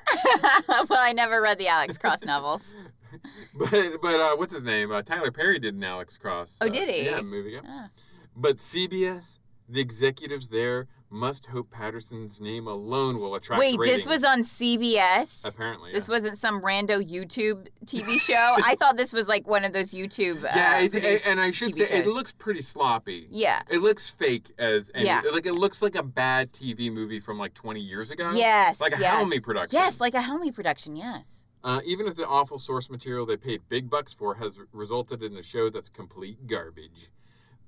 [SPEAKER 2] well, I never read the Alex Cross novels.
[SPEAKER 3] but but uh, what's his name? Uh, Tyler Perry did an Alex Cross.
[SPEAKER 2] Oh,
[SPEAKER 3] uh,
[SPEAKER 2] did he?
[SPEAKER 3] Yeah, movie. yeah.
[SPEAKER 2] Ah.
[SPEAKER 3] But CBS, the executives there must hope Patterson's name alone will attract.
[SPEAKER 2] Wait, this
[SPEAKER 3] ratings.
[SPEAKER 2] was on CBS?
[SPEAKER 3] apparently.
[SPEAKER 2] This
[SPEAKER 3] yeah.
[SPEAKER 2] wasn't some rando YouTube TV show. I thought this was like one of those YouTube. Uh,
[SPEAKER 3] Yeah, it,
[SPEAKER 2] produced-
[SPEAKER 3] and I should
[SPEAKER 2] TV
[SPEAKER 3] say it
[SPEAKER 2] shows.
[SPEAKER 3] looks pretty sloppy.
[SPEAKER 2] yeah.
[SPEAKER 3] It looks fake as any,
[SPEAKER 2] Yeah.
[SPEAKER 3] like it looks like a bad TV movie from like 20 years ago.
[SPEAKER 2] Yes.
[SPEAKER 3] like a
[SPEAKER 2] yes.
[SPEAKER 3] Helmy production.
[SPEAKER 2] Yes, like a Helmy production. Yes.
[SPEAKER 3] Uh, even if the awful source material they paid big bucks for has resulted in a show that's complete garbage.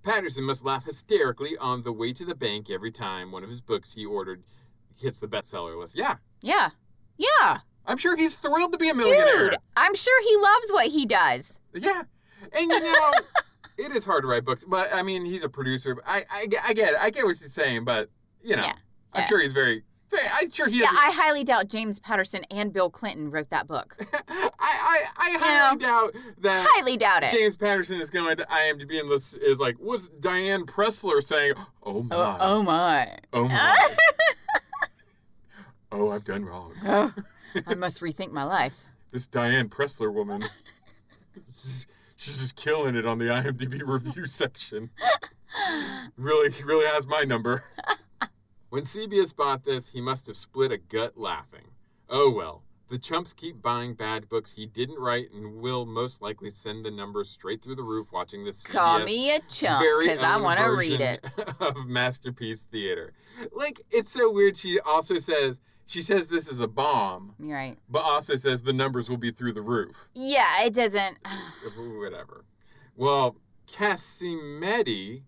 [SPEAKER 3] Patterson must laugh hysterically on the way to the bank every time one of his books he ordered hits the bestseller list. Yeah,
[SPEAKER 2] Yeah. Yeah.
[SPEAKER 3] I'm sure he's thrilled to be a millionaire.
[SPEAKER 2] Dude, I'm sure he loves what he does.
[SPEAKER 3] Yeah, and you know, it is hard to write books, but I mean, he's a producer. I I, get- I get it. I get what you're saying, but you know,
[SPEAKER 2] Yeah, yeah.
[SPEAKER 3] I'm sure he's very. I'm sure he.
[SPEAKER 2] yeah,
[SPEAKER 3] has a-
[SPEAKER 2] I highly doubt James Patterson and Bill Clinton wrote that book.
[SPEAKER 3] I, I, I highly doubt that
[SPEAKER 2] highly doubt it.
[SPEAKER 3] James Patterson is going to IMDb and this is like, what's Diane Pressler saying? Oh my,
[SPEAKER 2] oh,
[SPEAKER 3] oh,
[SPEAKER 2] oh my.
[SPEAKER 3] my, oh I've done wrong.
[SPEAKER 2] Oh, I must rethink my life.
[SPEAKER 3] This Diane Pressler woman, she's she's just killing it on the IMDb review section. Really, really has my number. When CBS bought this, he must have split a gut laughing. Oh well, the chumps keep buying bad books he didn't write and will most likely send the numbers straight through the roof watching this.
[SPEAKER 2] Call
[SPEAKER 3] CBS
[SPEAKER 2] me a chump
[SPEAKER 3] very
[SPEAKER 2] because I
[SPEAKER 3] own
[SPEAKER 2] want to read
[SPEAKER 3] version
[SPEAKER 2] it.
[SPEAKER 3] of masterpiece theater. Like it's so weird. She also says she says this is a bomb,
[SPEAKER 2] You're right.
[SPEAKER 3] but also says the numbers will be through the roof.
[SPEAKER 2] Yeah, it doesn't.
[SPEAKER 3] Whatever. Well, Cassimetti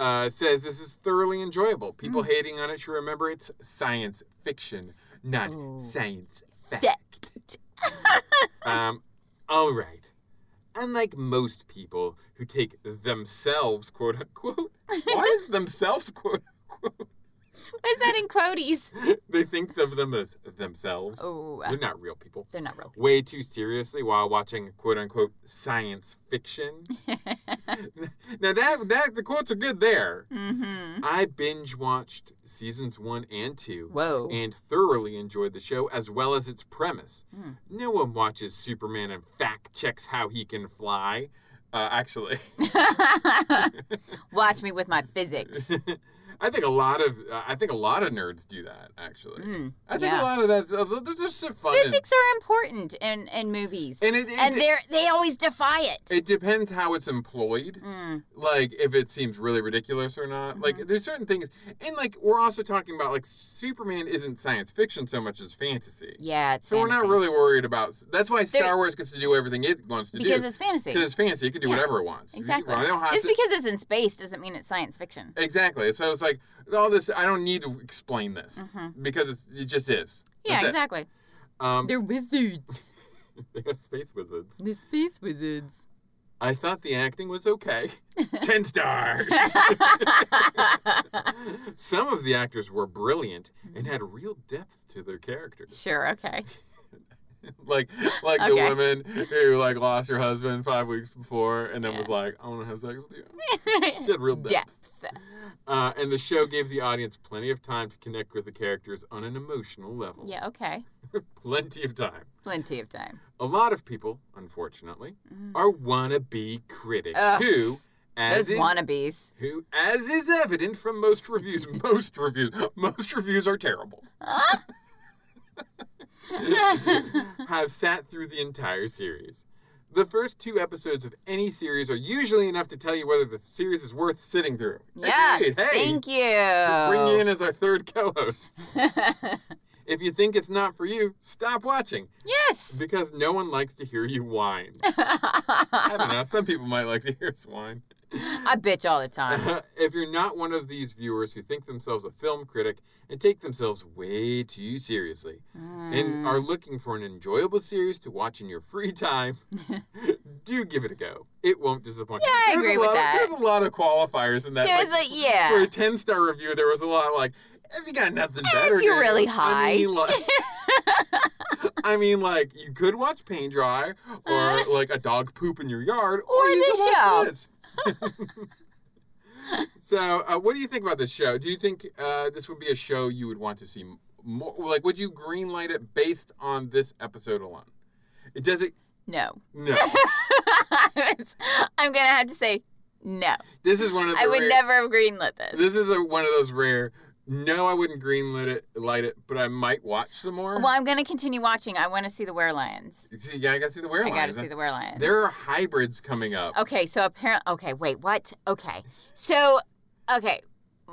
[SPEAKER 3] uh, says this is thoroughly enjoyable.
[SPEAKER 2] Mm.
[SPEAKER 3] People hating on it should remember it's science fiction, not
[SPEAKER 2] Ooh.
[SPEAKER 3] science fact.
[SPEAKER 2] Fact.
[SPEAKER 3] um, all right. Unlike most people who take themselves, quote unquote, why is themselves, quote unquote,
[SPEAKER 2] Is that in quoties?
[SPEAKER 3] they think of them as themselves.
[SPEAKER 2] Oh,
[SPEAKER 3] They're not real people.
[SPEAKER 2] they're not real. people.
[SPEAKER 3] Way too seriously while watching quote unquote science fiction. now that that the quotes are good there.
[SPEAKER 2] Mm-hmm.
[SPEAKER 3] I binge watched seasons one and two
[SPEAKER 2] Whoa.
[SPEAKER 3] and thoroughly enjoyed the show as well as its premise.
[SPEAKER 2] Hmm.
[SPEAKER 3] No one watches Superman and fact checks how he can fly. Uh, actually,
[SPEAKER 2] Watch me with my physics.
[SPEAKER 3] I think a lot of uh, I think a lot of nerds do that. Actually,
[SPEAKER 2] Mm,
[SPEAKER 3] I think
[SPEAKER 2] yeah.
[SPEAKER 3] a lot of that's uh, there's just some fun. in-
[SPEAKER 2] Physics are important in, in movies,
[SPEAKER 3] and it, it,
[SPEAKER 2] and they are they always defy it.
[SPEAKER 3] it depends how it's employed.
[SPEAKER 2] Mm, Mm-hmm.
[SPEAKER 3] like if it seems really ridiculous or not. Like there's certain things, and like we're also talking about like Superman isn't science fiction so much as fantasy.
[SPEAKER 2] yeah, it's
[SPEAKER 3] So we're not
[SPEAKER 2] fantasy.
[SPEAKER 3] really worried about. That's why Star
[SPEAKER 2] There-
[SPEAKER 3] Wars gets to do everything it wants to
[SPEAKER 2] because
[SPEAKER 3] do
[SPEAKER 2] it's fantasy.
[SPEAKER 3] because it's fantasy. It can do
[SPEAKER 2] Yeah.
[SPEAKER 3] whatever it wants.
[SPEAKER 2] Exactly.
[SPEAKER 3] They don't have
[SPEAKER 2] Just
[SPEAKER 3] to-
[SPEAKER 2] because it's in space doesn't mean it's science fiction.
[SPEAKER 3] Exactly. So it's like all this. I don't need to explain this
[SPEAKER 2] Mhm.
[SPEAKER 3] because it's, it just is.
[SPEAKER 2] Yeah,
[SPEAKER 3] That's it.
[SPEAKER 2] exactly.
[SPEAKER 3] Um,
[SPEAKER 2] They're wizards.
[SPEAKER 3] they're space wizards.
[SPEAKER 2] They're space wizards.
[SPEAKER 3] I thought the acting was okay. Ten stars. Some of the actors were brilliant and had real depth to their characters.
[SPEAKER 2] sure. Okay.
[SPEAKER 3] like like the
[SPEAKER 2] Okay.
[SPEAKER 3] woman who like lost her husband five weeks before and then was like, I wanna have sex with you. She had real depth.
[SPEAKER 2] Depth.
[SPEAKER 3] Uh, and the show gave the audience plenty of time to connect with the characters on an emotional level.
[SPEAKER 2] Yeah. Okay.
[SPEAKER 3] plenty of time.
[SPEAKER 2] Plenty of time.
[SPEAKER 3] A lot of people, unfortunately,
[SPEAKER 2] Mm.
[SPEAKER 3] are wannabe critics
[SPEAKER 2] Ugh.
[SPEAKER 3] who as
[SPEAKER 2] Those
[SPEAKER 3] is
[SPEAKER 2] wannabes.
[SPEAKER 3] who, as is evident from most reviews, most reviews, most reviews are terrible, have sat through the entire series. The first two episodes of any series are usually enough to tell you whether the series is worth sitting through.
[SPEAKER 2] yes.
[SPEAKER 3] Hey, hey,
[SPEAKER 2] Thank you.
[SPEAKER 3] Bring you in as our third co-host. If you think it's not for you, stop watching
[SPEAKER 2] Yes.
[SPEAKER 3] because no one likes to hear you whine. I don't
[SPEAKER 2] I
[SPEAKER 3] know. Some people might like to hear us whine.
[SPEAKER 2] bitch all the time.
[SPEAKER 3] if you're not one of these viewers who think themselves a film critic and take themselves way too seriously
[SPEAKER 2] Hmm.
[SPEAKER 3] and are looking for an enjoyable series to watch in your free time, do give it a go. It won't disappoint.
[SPEAKER 2] Yeah, I
[SPEAKER 3] There's a
[SPEAKER 2] agree with
[SPEAKER 3] lot of-
[SPEAKER 2] that.
[SPEAKER 3] There's a lot of qualifiers in that.
[SPEAKER 2] There's
[SPEAKER 3] like,
[SPEAKER 2] a yeah.
[SPEAKER 3] For a 10 star review, there was a lot like, if you got nothing
[SPEAKER 2] And if
[SPEAKER 3] better,
[SPEAKER 2] you're
[SPEAKER 3] to do."
[SPEAKER 2] really
[SPEAKER 3] I
[SPEAKER 2] high.
[SPEAKER 3] mean, like, I mean, like, you could watch paint dry or like a dog poop in your yard or,
[SPEAKER 2] Uh-huh. Or
[SPEAKER 3] you
[SPEAKER 2] this
[SPEAKER 3] could watch
[SPEAKER 2] show.
[SPEAKER 3] this. so, uh, what do you think about this show? Do you think uh, this would be a show you would want to see m- more? Like, would you greenlight it based on this episode alone? It does it.
[SPEAKER 2] no.
[SPEAKER 3] No,
[SPEAKER 2] I'm gonna have to say no.
[SPEAKER 3] this is one of the.
[SPEAKER 2] I would
[SPEAKER 3] rare-
[SPEAKER 2] never have greenlit this.
[SPEAKER 3] This is a, one of those rare. No, I wouldn't greenlit it, light it, but I might watch some more.
[SPEAKER 2] Well, I'm gonna continue watching. I want to see the were lions.
[SPEAKER 3] You See, yeah, I gotta see the werewolves.
[SPEAKER 2] I gotta see the were lions.
[SPEAKER 3] There are hybrids coming up.
[SPEAKER 2] Okay, so apparent. Okay, wait, what? Okay, so okay,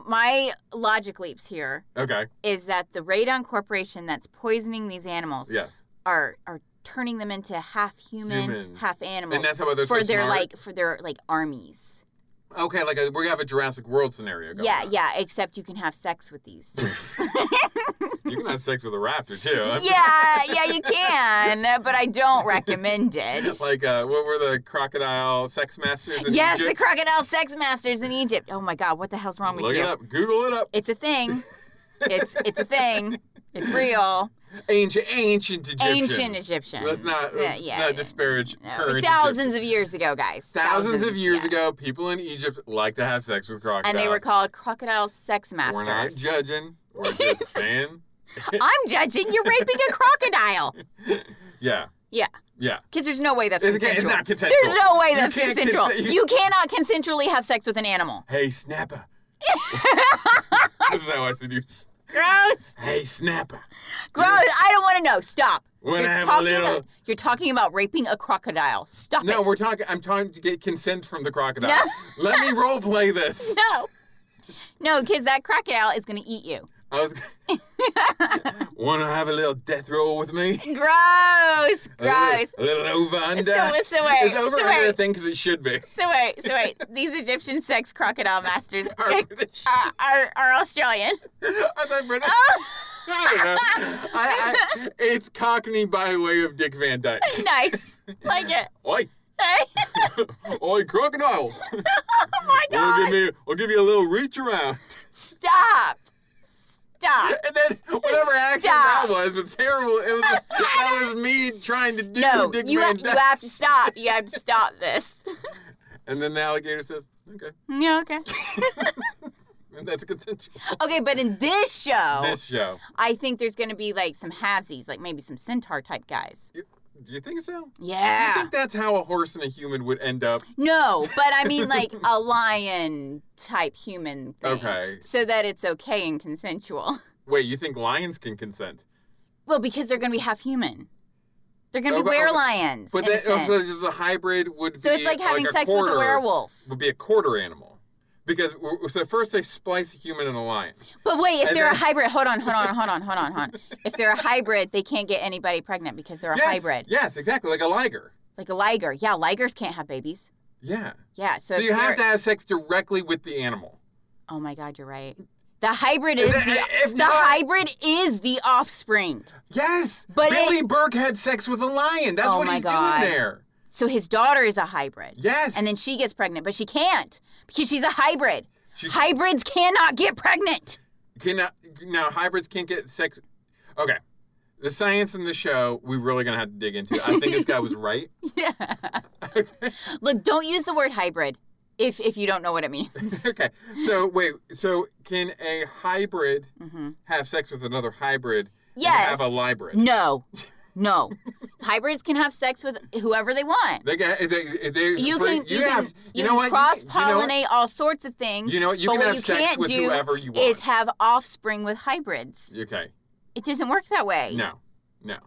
[SPEAKER 2] my logic leaps here
[SPEAKER 3] Okay.
[SPEAKER 2] is that the radon corporation that's poisoning these animals
[SPEAKER 3] Yes.
[SPEAKER 2] are are turning them into half human,
[SPEAKER 3] Human.
[SPEAKER 2] half animal
[SPEAKER 3] And that's how they're so
[SPEAKER 2] for their
[SPEAKER 3] smart?
[SPEAKER 2] like for their like armies.
[SPEAKER 3] Okay, like a, we're gonna have a Jurassic World scenario. Going
[SPEAKER 2] yeah,
[SPEAKER 3] on.
[SPEAKER 2] yeah. Except you can have sex with these.
[SPEAKER 3] You can have sex with a raptor too. That's-
[SPEAKER 2] yeah, yeah, you can, but I don't recommend it.
[SPEAKER 3] Like uh, what were the crocodile sex masters? In
[SPEAKER 2] yes, the
[SPEAKER 3] Egypt?
[SPEAKER 2] crocodile sex masters in Egypt. Oh my God, what the hell's wrong with
[SPEAKER 3] Look
[SPEAKER 2] you?
[SPEAKER 3] it up. Google it up.
[SPEAKER 2] It's a thing. It's it's a thing. It's real.
[SPEAKER 3] Ancient, ancient Egyptians.
[SPEAKER 2] Ancient Egyptians.
[SPEAKER 3] Let's not,
[SPEAKER 2] Yeah,
[SPEAKER 3] let's
[SPEAKER 2] yeah,
[SPEAKER 3] not
[SPEAKER 2] yeah.
[SPEAKER 3] disparage
[SPEAKER 2] No,
[SPEAKER 3] current
[SPEAKER 2] thousands
[SPEAKER 3] Egyptians.
[SPEAKER 2] of years ago, guys.
[SPEAKER 3] Thousands, of years
[SPEAKER 2] yeah.
[SPEAKER 3] ago, people in Egypt like to have sex with crocodiles.
[SPEAKER 2] And they were called crocodile sex
[SPEAKER 3] We're not
[SPEAKER 2] masters.
[SPEAKER 3] judging. We're just saying.
[SPEAKER 2] I'm judging. You're raping a crocodile.
[SPEAKER 3] Yeah.
[SPEAKER 2] Yeah.
[SPEAKER 3] Yeah.
[SPEAKER 2] Because there's no way that's
[SPEAKER 3] It's, it's
[SPEAKER 2] consensual.
[SPEAKER 3] not consensual.
[SPEAKER 2] there's no way
[SPEAKER 3] You
[SPEAKER 2] that's
[SPEAKER 3] can't
[SPEAKER 2] consensual.
[SPEAKER 3] consen- you-
[SPEAKER 2] you cannot consensually have sex with an animal.
[SPEAKER 3] Hey, Snapper. this is how I seduce.
[SPEAKER 2] Gross.
[SPEAKER 3] Hey, Snapper.
[SPEAKER 2] Gross. I don't want to know. Stop.
[SPEAKER 3] Wanna have a
[SPEAKER 2] talking
[SPEAKER 3] little-
[SPEAKER 2] about, you're talking about raping a crocodile. Stop
[SPEAKER 3] No,
[SPEAKER 2] it.
[SPEAKER 3] we're talking. I'm trying to get consent from the crocodile. Let me role play this.
[SPEAKER 2] No. No, because that crocodile is going to eat you.
[SPEAKER 3] I was. Want to have a little death roll with me?
[SPEAKER 2] Gross.
[SPEAKER 3] A little-
[SPEAKER 2] Gross.
[SPEAKER 3] A little, over under.
[SPEAKER 2] So- so wait,
[SPEAKER 3] It's over
[SPEAKER 2] so
[SPEAKER 3] under a
[SPEAKER 2] wait.
[SPEAKER 3] thing because it should be.
[SPEAKER 2] So wait, so wait. These Egyptian sex crocodile masters
[SPEAKER 3] Are British.
[SPEAKER 2] are, are, are Australian.
[SPEAKER 3] I thought British. I don't know. I, I, it's Cockney by way of Dick Van Dyke.
[SPEAKER 2] Nice. Like it.
[SPEAKER 3] Oi,
[SPEAKER 2] oh
[SPEAKER 3] oi, crocodile!
[SPEAKER 2] my
[SPEAKER 3] We'll give
[SPEAKER 2] god.
[SPEAKER 3] me, we'll give you a little reach around.
[SPEAKER 2] Stop. Stop.
[SPEAKER 3] And then whatever accent
[SPEAKER 2] Stop.
[SPEAKER 3] that was was terrible. It was that was me trying to do
[SPEAKER 2] No,
[SPEAKER 3] Dick
[SPEAKER 2] you
[SPEAKER 3] Van
[SPEAKER 2] have, you
[SPEAKER 3] Dyke.
[SPEAKER 2] have to stop. You have to stop this.
[SPEAKER 3] And then the alligator says, "Okay,"
[SPEAKER 2] Yeah, okay.
[SPEAKER 3] and that's consensual.
[SPEAKER 2] Okay, but in this show,
[SPEAKER 3] This show,
[SPEAKER 2] I think there's going to be like some halvesies, like maybe some centaur type guys.
[SPEAKER 3] do you think so?
[SPEAKER 2] Yeah.
[SPEAKER 3] I think that's how a horse and a human would end up.
[SPEAKER 2] No, but I mean like a lion type human thing.
[SPEAKER 3] Okay.
[SPEAKER 2] So that it's okay and consensual.
[SPEAKER 3] Wait, you think lions can consent?
[SPEAKER 2] Well, because they're going to be half human. They're going to
[SPEAKER 3] Okay,
[SPEAKER 2] be were
[SPEAKER 3] okay.
[SPEAKER 2] lions.
[SPEAKER 3] But
[SPEAKER 2] in a
[SPEAKER 3] that oh, so
[SPEAKER 2] sense.
[SPEAKER 3] just a hybrid would
[SPEAKER 2] So
[SPEAKER 3] be
[SPEAKER 2] it's like having
[SPEAKER 3] a
[SPEAKER 2] sex with
[SPEAKER 3] quarter,
[SPEAKER 2] a werewolf.
[SPEAKER 3] Would be a quarter animal, because w- so first they splice a human and a lion.
[SPEAKER 2] But wait, if
[SPEAKER 3] And
[SPEAKER 2] they're a
[SPEAKER 3] then-
[SPEAKER 2] hybrid, hold on, hold on, hold on, hold on, hold on. If they're a hybrid, they can't get anybody pregnant because they're a
[SPEAKER 3] yes,
[SPEAKER 2] hybrid.
[SPEAKER 3] Yes, exactly, like a liger.
[SPEAKER 2] Like a liger. Yeah, ligers can't have babies.
[SPEAKER 3] Yeah.
[SPEAKER 2] Yeah. So,
[SPEAKER 3] So,
[SPEAKER 2] if
[SPEAKER 3] you have to
[SPEAKER 2] they're-
[SPEAKER 3] have sex directly with the animal.
[SPEAKER 2] Oh my God, you're right. The hybrid
[SPEAKER 3] If
[SPEAKER 2] is
[SPEAKER 3] that-
[SPEAKER 2] the,
[SPEAKER 3] if
[SPEAKER 2] the
[SPEAKER 3] not-
[SPEAKER 2] hybrid is the offspring.
[SPEAKER 3] Yes.
[SPEAKER 2] But
[SPEAKER 3] Billy Burke had sex with a lion. That's
[SPEAKER 2] Oh
[SPEAKER 3] what
[SPEAKER 2] my
[SPEAKER 3] he's
[SPEAKER 2] God.
[SPEAKER 3] doing there.
[SPEAKER 2] So his daughter is a hybrid.
[SPEAKER 3] Yes.
[SPEAKER 2] And then she gets pregnant, but she can't because she's a hybrid.
[SPEAKER 3] She-
[SPEAKER 2] Hybrids cannot get pregnant.
[SPEAKER 3] Cannot, uh, now hybrids can't get sex. Okay. The science in the show, we're really gonna have to dig into. I think this guy was right.
[SPEAKER 2] Look, don't use the word hybrid if if you don't know what it means.
[SPEAKER 3] okay. So wait. So can a hybrid
[SPEAKER 2] Mhm.
[SPEAKER 3] have sex with another hybrid?
[SPEAKER 2] Yes.
[SPEAKER 3] And have a hybrid.
[SPEAKER 2] No. No. Hybrids can have sex with whoever they want.
[SPEAKER 3] They got. They. they, they
[SPEAKER 2] You
[SPEAKER 3] for-
[SPEAKER 2] can
[SPEAKER 3] You,
[SPEAKER 2] you, can,
[SPEAKER 3] have,
[SPEAKER 2] you
[SPEAKER 3] you know
[SPEAKER 2] can
[SPEAKER 3] what? You-
[SPEAKER 2] cross
[SPEAKER 3] You know what?
[SPEAKER 2] pollinate all sorts of things.
[SPEAKER 3] You know what? You
[SPEAKER 2] but
[SPEAKER 3] can
[SPEAKER 2] what
[SPEAKER 3] have
[SPEAKER 2] you
[SPEAKER 3] sex
[SPEAKER 2] can't
[SPEAKER 3] with
[SPEAKER 2] do
[SPEAKER 3] whoever you
[SPEAKER 2] is
[SPEAKER 3] want.
[SPEAKER 2] have offspring with hybrids.
[SPEAKER 3] Okay.
[SPEAKER 2] It doesn't work that way.
[SPEAKER 3] No. No.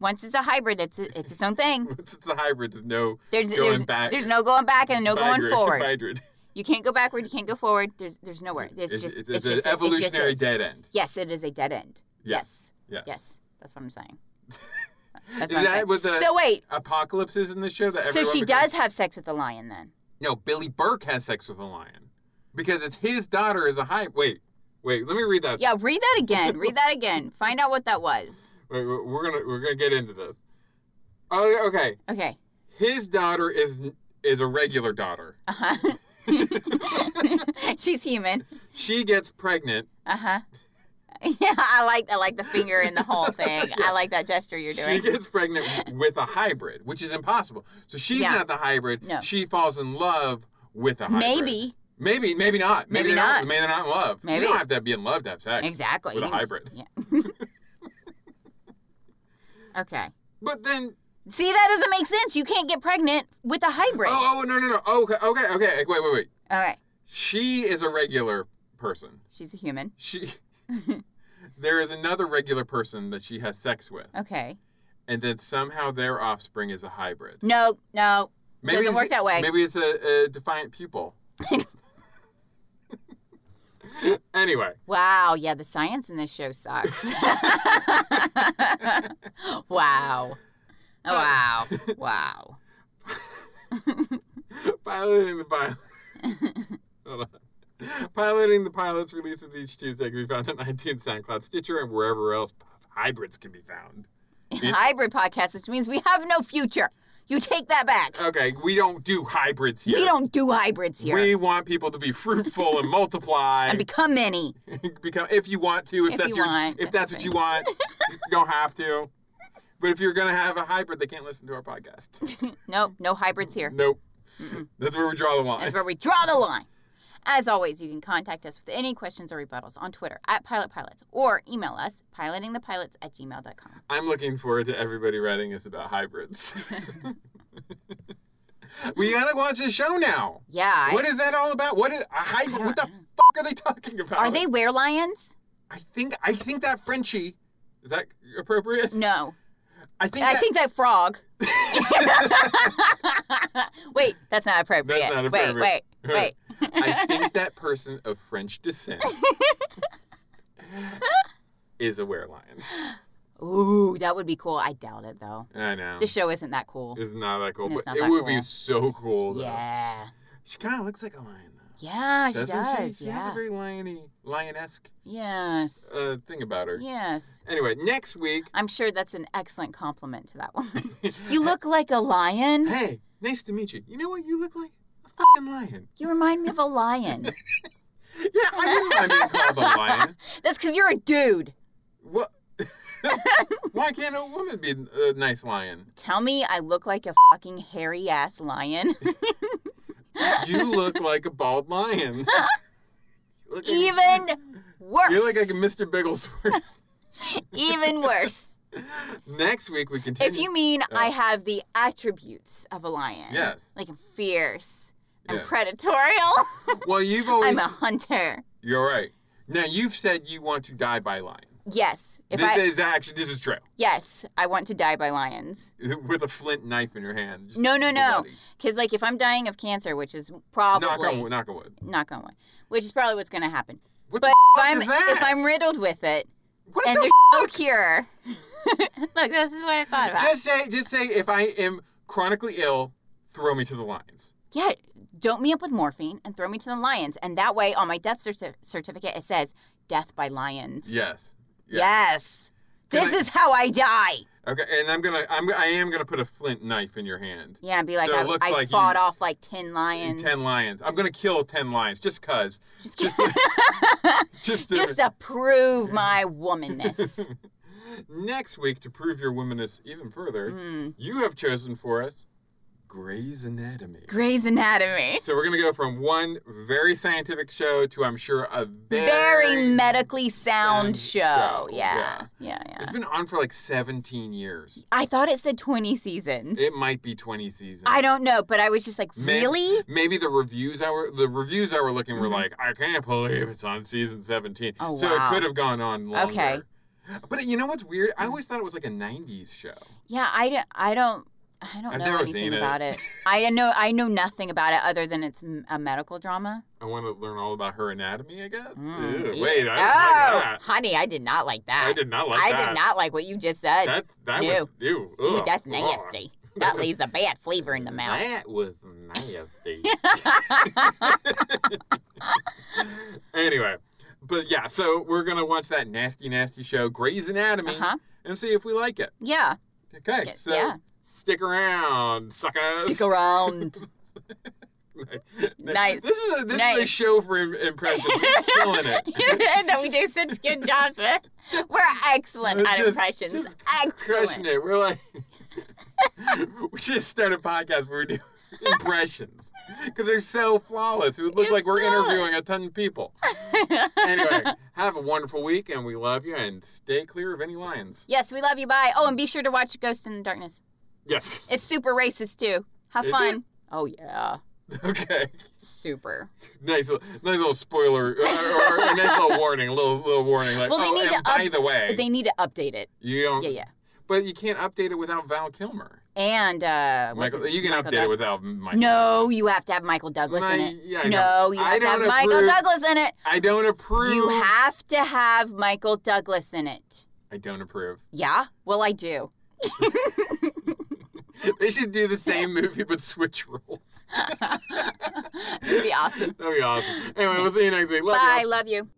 [SPEAKER 2] Once it's a hybrid, it's it's its own thing.
[SPEAKER 3] It's a hybrid. There's no.
[SPEAKER 2] There's
[SPEAKER 3] Going
[SPEAKER 2] there's,
[SPEAKER 3] back-
[SPEAKER 2] there's no going back and no going
[SPEAKER 3] hybrid-
[SPEAKER 2] forward.
[SPEAKER 3] hybrid.
[SPEAKER 2] You can't go backward. You can't go forward. There's there's nowhere. It's, just
[SPEAKER 3] it's,
[SPEAKER 2] just
[SPEAKER 3] an
[SPEAKER 2] it just
[SPEAKER 3] evolutionary
[SPEAKER 2] is.
[SPEAKER 3] dead end.
[SPEAKER 2] Yes, it is a dead end.
[SPEAKER 3] Yeah.
[SPEAKER 2] Yes.
[SPEAKER 3] Yes.
[SPEAKER 2] Yes, that's what I'm saying.
[SPEAKER 3] Is
[SPEAKER 2] That's what I'm
[SPEAKER 3] that
[SPEAKER 2] saying.
[SPEAKER 3] what the
[SPEAKER 2] so wait,
[SPEAKER 3] apocalypse is in the show? That
[SPEAKER 2] so
[SPEAKER 3] everyone
[SPEAKER 2] she
[SPEAKER 3] becomes-
[SPEAKER 2] does have sex with the lion then?
[SPEAKER 3] No, Billy Burke has sex with a lion because it's his daughter is a high. Wait, wait. Let me read that.
[SPEAKER 2] Yeah, read that again. Read that again. Find out what that was.
[SPEAKER 3] Wait, we're we're gonna we're gonna get into this. Oh, okay.
[SPEAKER 2] Okay.
[SPEAKER 3] His daughter is is a regular daughter.
[SPEAKER 2] Uh
[SPEAKER 3] Uh-huh.
[SPEAKER 2] huh. She's human.
[SPEAKER 3] She gets pregnant.
[SPEAKER 2] Uh huh. Yeah, I like I like the finger in the whole thing. I like that gesture you're
[SPEAKER 3] She
[SPEAKER 2] doing.
[SPEAKER 3] gets pregnant with a hybrid, which is impossible. So she's
[SPEAKER 2] Yeah.
[SPEAKER 3] not the hybrid.
[SPEAKER 2] No.
[SPEAKER 3] She falls in love with a hybrid.
[SPEAKER 2] Maybe.
[SPEAKER 3] Maybe, maybe not. Maybe,
[SPEAKER 2] Maybe
[SPEAKER 3] they're not.
[SPEAKER 2] not.
[SPEAKER 3] Maybe they're not in love.
[SPEAKER 2] Maybe.
[SPEAKER 3] You don't have to be in love to have sex.
[SPEAKER 2] Exactly.
[SPEAKER 3] With a
[SPEAKER 2] You can-
[SPEAKER 3] hybrid.
[SPEAKER 2] Okay.
[SPEAKER 3] But then,
[SPEAKER 2] See, that doesn't make sense. You can't get pregnant with a hybrid.
[SPEAKER 3] oh, oh, no, no, no. Oh, okay, okay, okay. Wait, wait, wait.
[SPEAKER 2] Okay.
[SPEAKER 3] She is a regular person.
[SPEAKER 2] She's a human.
[SPEAKER 3] She. there is another regular person that she has sex with,
[SPEAKER 2] Okay.
[SPEAKER 3] and then somehow their offspring is a hybrid.
[SPEAKER 2] No, no. Doesn't
[SPEAKER 3] it's-
[SPEAKER 2] work that way.
[SPEAKER 3] Maybe it's a, a defiant pupil. anyway,
[SPEAKER 2] Wow. Yeah, the science in this show sucks. wow.
[SPEAKER 3] Uh,
[SPEAKER 2] Wow. Wow.
[SPEAKER 3] piloting the pilot. Hold on. Piloting the pilots releases each Tuesday can be found on iTunes, SoundCloud, Stitcher, and wherever else hybrids can be found. Yeah.
[SPEAKER 2] Hybrid podcast, which means we have no future. You take that back.
[SPEAKER 3] Okay, we don't do hybrids here.
[SPEAKER 2] We don't do hybrids here.
[SPEAKER 3] We want people to be fruitful and multiply.
[SPEAKER 2] and become many.
[SPEAKER 3] become if you want to, if,
[SPEAKER 2] If
[SPEAKER 3] that's
[SPEAKER 2] you
[SPEAKER 3] your,
[SPEAKER 2] want,
[SPEAKER 3] if that's
[SPEAKER 2] that's
[SPEAKER 3] what
[SPEAKER 2] fine.
[SPEAKER 3] you want, you don't have to. But if you're gonna have a hybrid, they can't listen to our podcast.
[SPEAKER 2] Nope, no hybrids here.
[SPEAKER 3] nope. That's where we draw the line.
[SPEAKER 2] That's where we draw the line. As always, you can contact us with any questions or rebuttals on Twitter at PilotPilots or email us pilotingthepilots at gmail.com.
[SPEAKER 3] I'm looking forward to everybody writing us about hybrids. we gotta watch the show now.
[SPEAKER 2] Yeah. I-
[SPEAKER 3] what is that all about? What is a hybrid?
[SPEAKER 2] don't
[SPEAKER 3] What the
[SPEAKER 2] know.
[SPEAKER 3] fuck are they talking about?
[SPEAKER 2] are they were lions?
[SPEAKER 3] I think I think that Frenchie is that appropriate?
[SPEAKER 2] No.
[SPEAKER 3] I think
[SPEAKER 2] I
[SPEAKER 3] that-
[SPEAKER 2] think that frog. wait, that's not appropriate.
[SPEAKER 3] That's not appropriate.
[SPEAKER 2] Wait, wait, wait.
[SPEAKER 3] I think that person of French descent is a werelion.
[SPEAKER 2] Ooh, that would be cool. I doubt it though.
[SPEAKER 3] I know.
[SPEAKER 2] The show isn't that cool.
[SPEAKER 3] It's not that cool,
[SPEAKER 2] It's
[SPEAKER 3] but
[SPEAKER 2] not
[SPEAKER 3] it
[SPEAKER 2] that
[SPEAKER 3] would be
[SPEAKER 2] cool.
[SPEAKER 3] so cool. Though.
[SPEAKER 2] Yeah.
[SPEAKER 3] She kind of looks like a lion, though.
[SPEAKER 2] Yeah, she
[SPEAKER 3] Doesn't
[SPEAKER 2] does.
[SPEAKER 3] She has
[SPEAKER 2] yeah.
[SPEAKER 3] a very liony, lion-esque
[SPEAKER 2] yes.
[SPEAKER 3] uh, thing about her.
[SPEAKER 2] yes.
[SPEAKER 3] Anyway, next week.
[SPEAKER 2] I'm sure that's an excellent compliment to that one. you look like a lion.
[SPEAKER 3] Hey, nice to meet you. You know what you look like? A fucking lion.
[SPEAKER 2] You remind me of a lion.
[SPEAKER 3] Yeah, I know I'm being called a lion.
[SPEAKER 2] That's because you're a dude.
[SPEAKER 3] What? Why can't a woman be a nice lion?
[SPEAKER 2] Tell me I look like a fucking hairy ass lion.
[SPEAKER 3] You look like a bald lion. You look like-
[SPEAKER 2] Even worse.
[SPEAKER 3] You look like a Mr. Bigglesworth.
[SPEAKER 2] Even worse.
[SPEAKER 3] Next week we continue.
[SPEAKER 2] If you mean I have the attributes of a lion.
[SPEAKER 3] Yes.
[SPEAKER 2] Like I'm fierce. I'm
[SPEAKER 3] Yeah.
[SPEAKER 2] predatorial.
[SPEAKER 3] Well, you've always.
[SPEAKER 2] I'm a hunter.
[SPEAKER 3] You're right. Now you've said you want to die by lion.
[SPEAKER 2] Yes. If
[SPEAKER 3] this
[SPEAKER 2] I
[SPEAKER 3] is actually this is true.
[SPEAKER 2] yes, I want to die by lions.
[SPEAKER 3] With a flint knife in your hand. just
[SPEAKER 2] No, no,
[SPEAKER 3] your
[SPEAKER 2] no.
[SPEAKER 3] body.
[SPEAKER 2] Because like if I'm dying of cancer, which is probably
[SPEAKER 3] Knock on wood. Knock on wood.
[SPEAKER 2] knock on wood, which is probably what's gonna happen.
[SPEAKER 3] What
[SPEAKER 2] But
[SPEAKER 3] the
[SPEAKER 2] if
[SPEAKER 3] fuck
[SPEAKER 2] I'm
[SPEAKER 3] is that?
[SPEAKER 2] if I'm riddled with it
[SPEAKER 3] what
[SPEAKER 2] and
[SPEAKER 3] the
[SPEAKER 2] there's no cure, look, this is what I thought about.
[SPEAKER 3] Just say, just say, if I am chronically ill, throw me to the lions.
[SPEAKER 2] yeah, dope me up with morphine and throw me to the lions, and that way on my death certi- certificate it says death by lions.
[SPEAKER 3] Yes. Yeah.
[SPEAKER 2] Yes.
[SPEAKER 3] Can
[SPEAKER 2] This
[SPEAKER 3] I-
[SPEAKER 2] is how I die.
[SPEAKER 3] Okay. And I'm gonna, I'm, I am gonna put a flint knife in your hand.
[SPEAKER 2] Yeah, and be like
[SPEAKER 3] So it
[SPEAKER 2] I,
[SPEAKER 3] looks
[SPEAKER 2] I
[SPEAKER 3] like
[SPEAKER 2] fought
[SPEAKER 3] you-
[SPEAKER 2] off like ten lions.
[SPEAKER 3] Ten lions. I'm gonna kill ten lions just cause.
[SPEAKER 2] Just,
[SPEAKER 3] Just, to-
[SPEAKER 2] just to prove my womanness.
[SPEAKER 3] next week to prove your womanness even further.
[SPEAKER 2] Mm.
[SPEAKER 3] You have chosen for us Grey's Anatomy.
[SPEAKER 2] Grey's Anatomy.
[SPEAKER 3] So we're gonna go from one very scientific show to I'm sure a very,
[SPEAKER 2] Very medically sound
[SPEAKER 3] sound
[SPEAKER 2] show.
[SPEAKER 3] show,
[SPEAKER 2] Yeah. Yeah, yeah.
[SPEAKER 3] It's been on for like 17 years.
[SPEAKER 2] I thought it said 20 seasons.
[SPEAKER 3] It might be 20 seasons.
[SPEAKER 2] I don't know, but I was just like,
[SPEAKER 3] May-
[SPEAKER 2] really?
[SPEAKER 3] Maybe the reviews I were the reviews I were looking were
[SPEAKER 2] Mhm.
[SPEAKER 3] like, I can't believe it's on season 17.
[SPEAKER 2] Oh,
[SPEAKER 3] so
[SPEAKER 2] wow.
[SPEAKER 3] it could have gone on longer.
[SPEAKER 2] Okay.
[SPEAKER 3] But you know what's weird? I always thought it was like a 90s show.
[SPEAKER 2] Yeah, I don't, I don't I don't
[SPEAKER 3] I've
[SPEAKER 2] know
[SPEAKER 3] never
[SPEAKER 2] anything
[SPEAKER 3] seen it.
[SPEAKER 2] about it. I know I know nothing about it other than it's m- a medical drama.
[SPEAKER 3] I want to learn all about her anatomy, I guess.
[SPEAKER 2] Mm,
[SPEAKER 3] Ew,
[SPEAKER 2] yeah.
[SPEAKER 3] Wait, I didn't like
[SPEAKER 2] Oh,
[SPEAKER 3] that.
[SPEAKER 2] honey, I did not like that.
[SPEAKER 3] I did not like
[SPEAKER 2] I
[SPEAKER 3] that.
[SPEAKER 2] did not like what you just said.
[SPEAKER 3] That that
[SPEAKER 2] No.
[SPEAKER 3] was ew,
[SPEAKER 2] Ooh,
[SPEAKER 3] ugh,
[SPEAKER 2] that's
[SPEAKER 3] ugh.
[SPEAKER 2] nasty. That leaves a bad flavor in the mouth.
[SPEAKER 3] That was nasty. anyway, but yeah, so we're gonna watch that nasty, nasty show, Grey's Anatomy,
[SPEAKER 2] Uh-huh.
[SPEAKER 3] and see if we like it.
[SPEAKER 2] yeah.
[SPEAKER 3] Okay,
[SPEAKER 2] Yeah,
[SPEAKER 3] so
[SPEAKER 2] yeah.
[SPEAKER 3] stick around, suckers.
[SPEAKER 2] Stick around. Nice.
[SPEAKER 3] This is a, this is a
[SPEAKER 2] Nice.
[SPEAKER 3] show for im- impressions. We're killing it.
[SPEAKER 2] that we do such good jobs with. We're excellent at
[SPEAKER 3] uh, Just-
[SPEAKER 2] impressions.
[SPEAKER 3] just Crushing
[SPEAKER 2] excellent.
[SPEAKER 3] it. We're like, we should start a podcast where we do impressions because they're so flawless. It would look
[SPEAKER 2] They're
[SPEAKER 3] like we're
[SPEAKER 2] flawless.
[SPEAKER 3] interviewing a ton of people. anyway, have a wonderful week, and we love you, and stay clear of any lions.
[SPEAKER 2] Yes, we love you. Bye. Oh, and be sure to watch Ghost in the Darkness.
[SPEAKER 3] Yes.
[SPEAKER 2] It's super racist too. Have
[SPEAKER 3] Is
[SPEAKER 2] fun.
[SPEAKER 3] it?
[SPEAKER 2] Oh yeah,
[SPEAKER 3] okay.
[SPEAKER 2] super.
[SPEAKER 3] Nice, little- nice little spoiler, or, or a nice little warning, a little little warning. Like,
[SPEAKER 2] Well, they
[SPEAKER 3] oh,
[SPEAKER 2] need
[SPEAKER 3] and
[SPEAKER 2] to
[SPEAKER 3] by
[SPEAKER 2] up-
[SPEAKER 3] the way,
[SPEAKER 2] They need to update it.
[SPEAKER 3] you don't.
[SPEAKER 2] Yeah, yeah.
[SPEAKER 3] But you can't update it without Val Kilmer.
[SPEAKER 2] And uh, what's
[SPEAKER 3] Michael,
[SPEAKER 2] his-
[SPEAKER 3] you can
[SPEAKER 2] Michael
[SPEAKER 3] update it
[SPEAKER 2] Doug-
[SPEAKER 3] without Michael.
[SPEAKER 2] No,
[SPEAKER 3] Douglas.
[SPEAKER 2] you have to have Michael Douglas in
[SPEAKER 3] My-
[SPEAKER 2] it.
[SPEAKER 3] yeah, I know.
[SPEAKER 2] no, you
[SPEAKER 3] I
[SPEAKER 2] have to have
[SPEAKER 3] don't
[SPEAKER 2] Michael
[SPEAKER 3] approve.
[SPEAKER 2] Douglas in it.
[SPEAKER 3] I don't approve.
[SPEAKER 2] You have to have Michael Douglas in it.
[SPEAKER 3] I don't approve.
[SPEAKER 2] Yeah. Well, I do.
[SPEAKER 3] They should do the same movie but switch roles.
[SPEAKER 2] It'd be awesome.
[SPEAKER 3] That'd be awesome. Anyway, we'll see you next week. Love y'all.
[SPEAKER 2] Bye. Love you.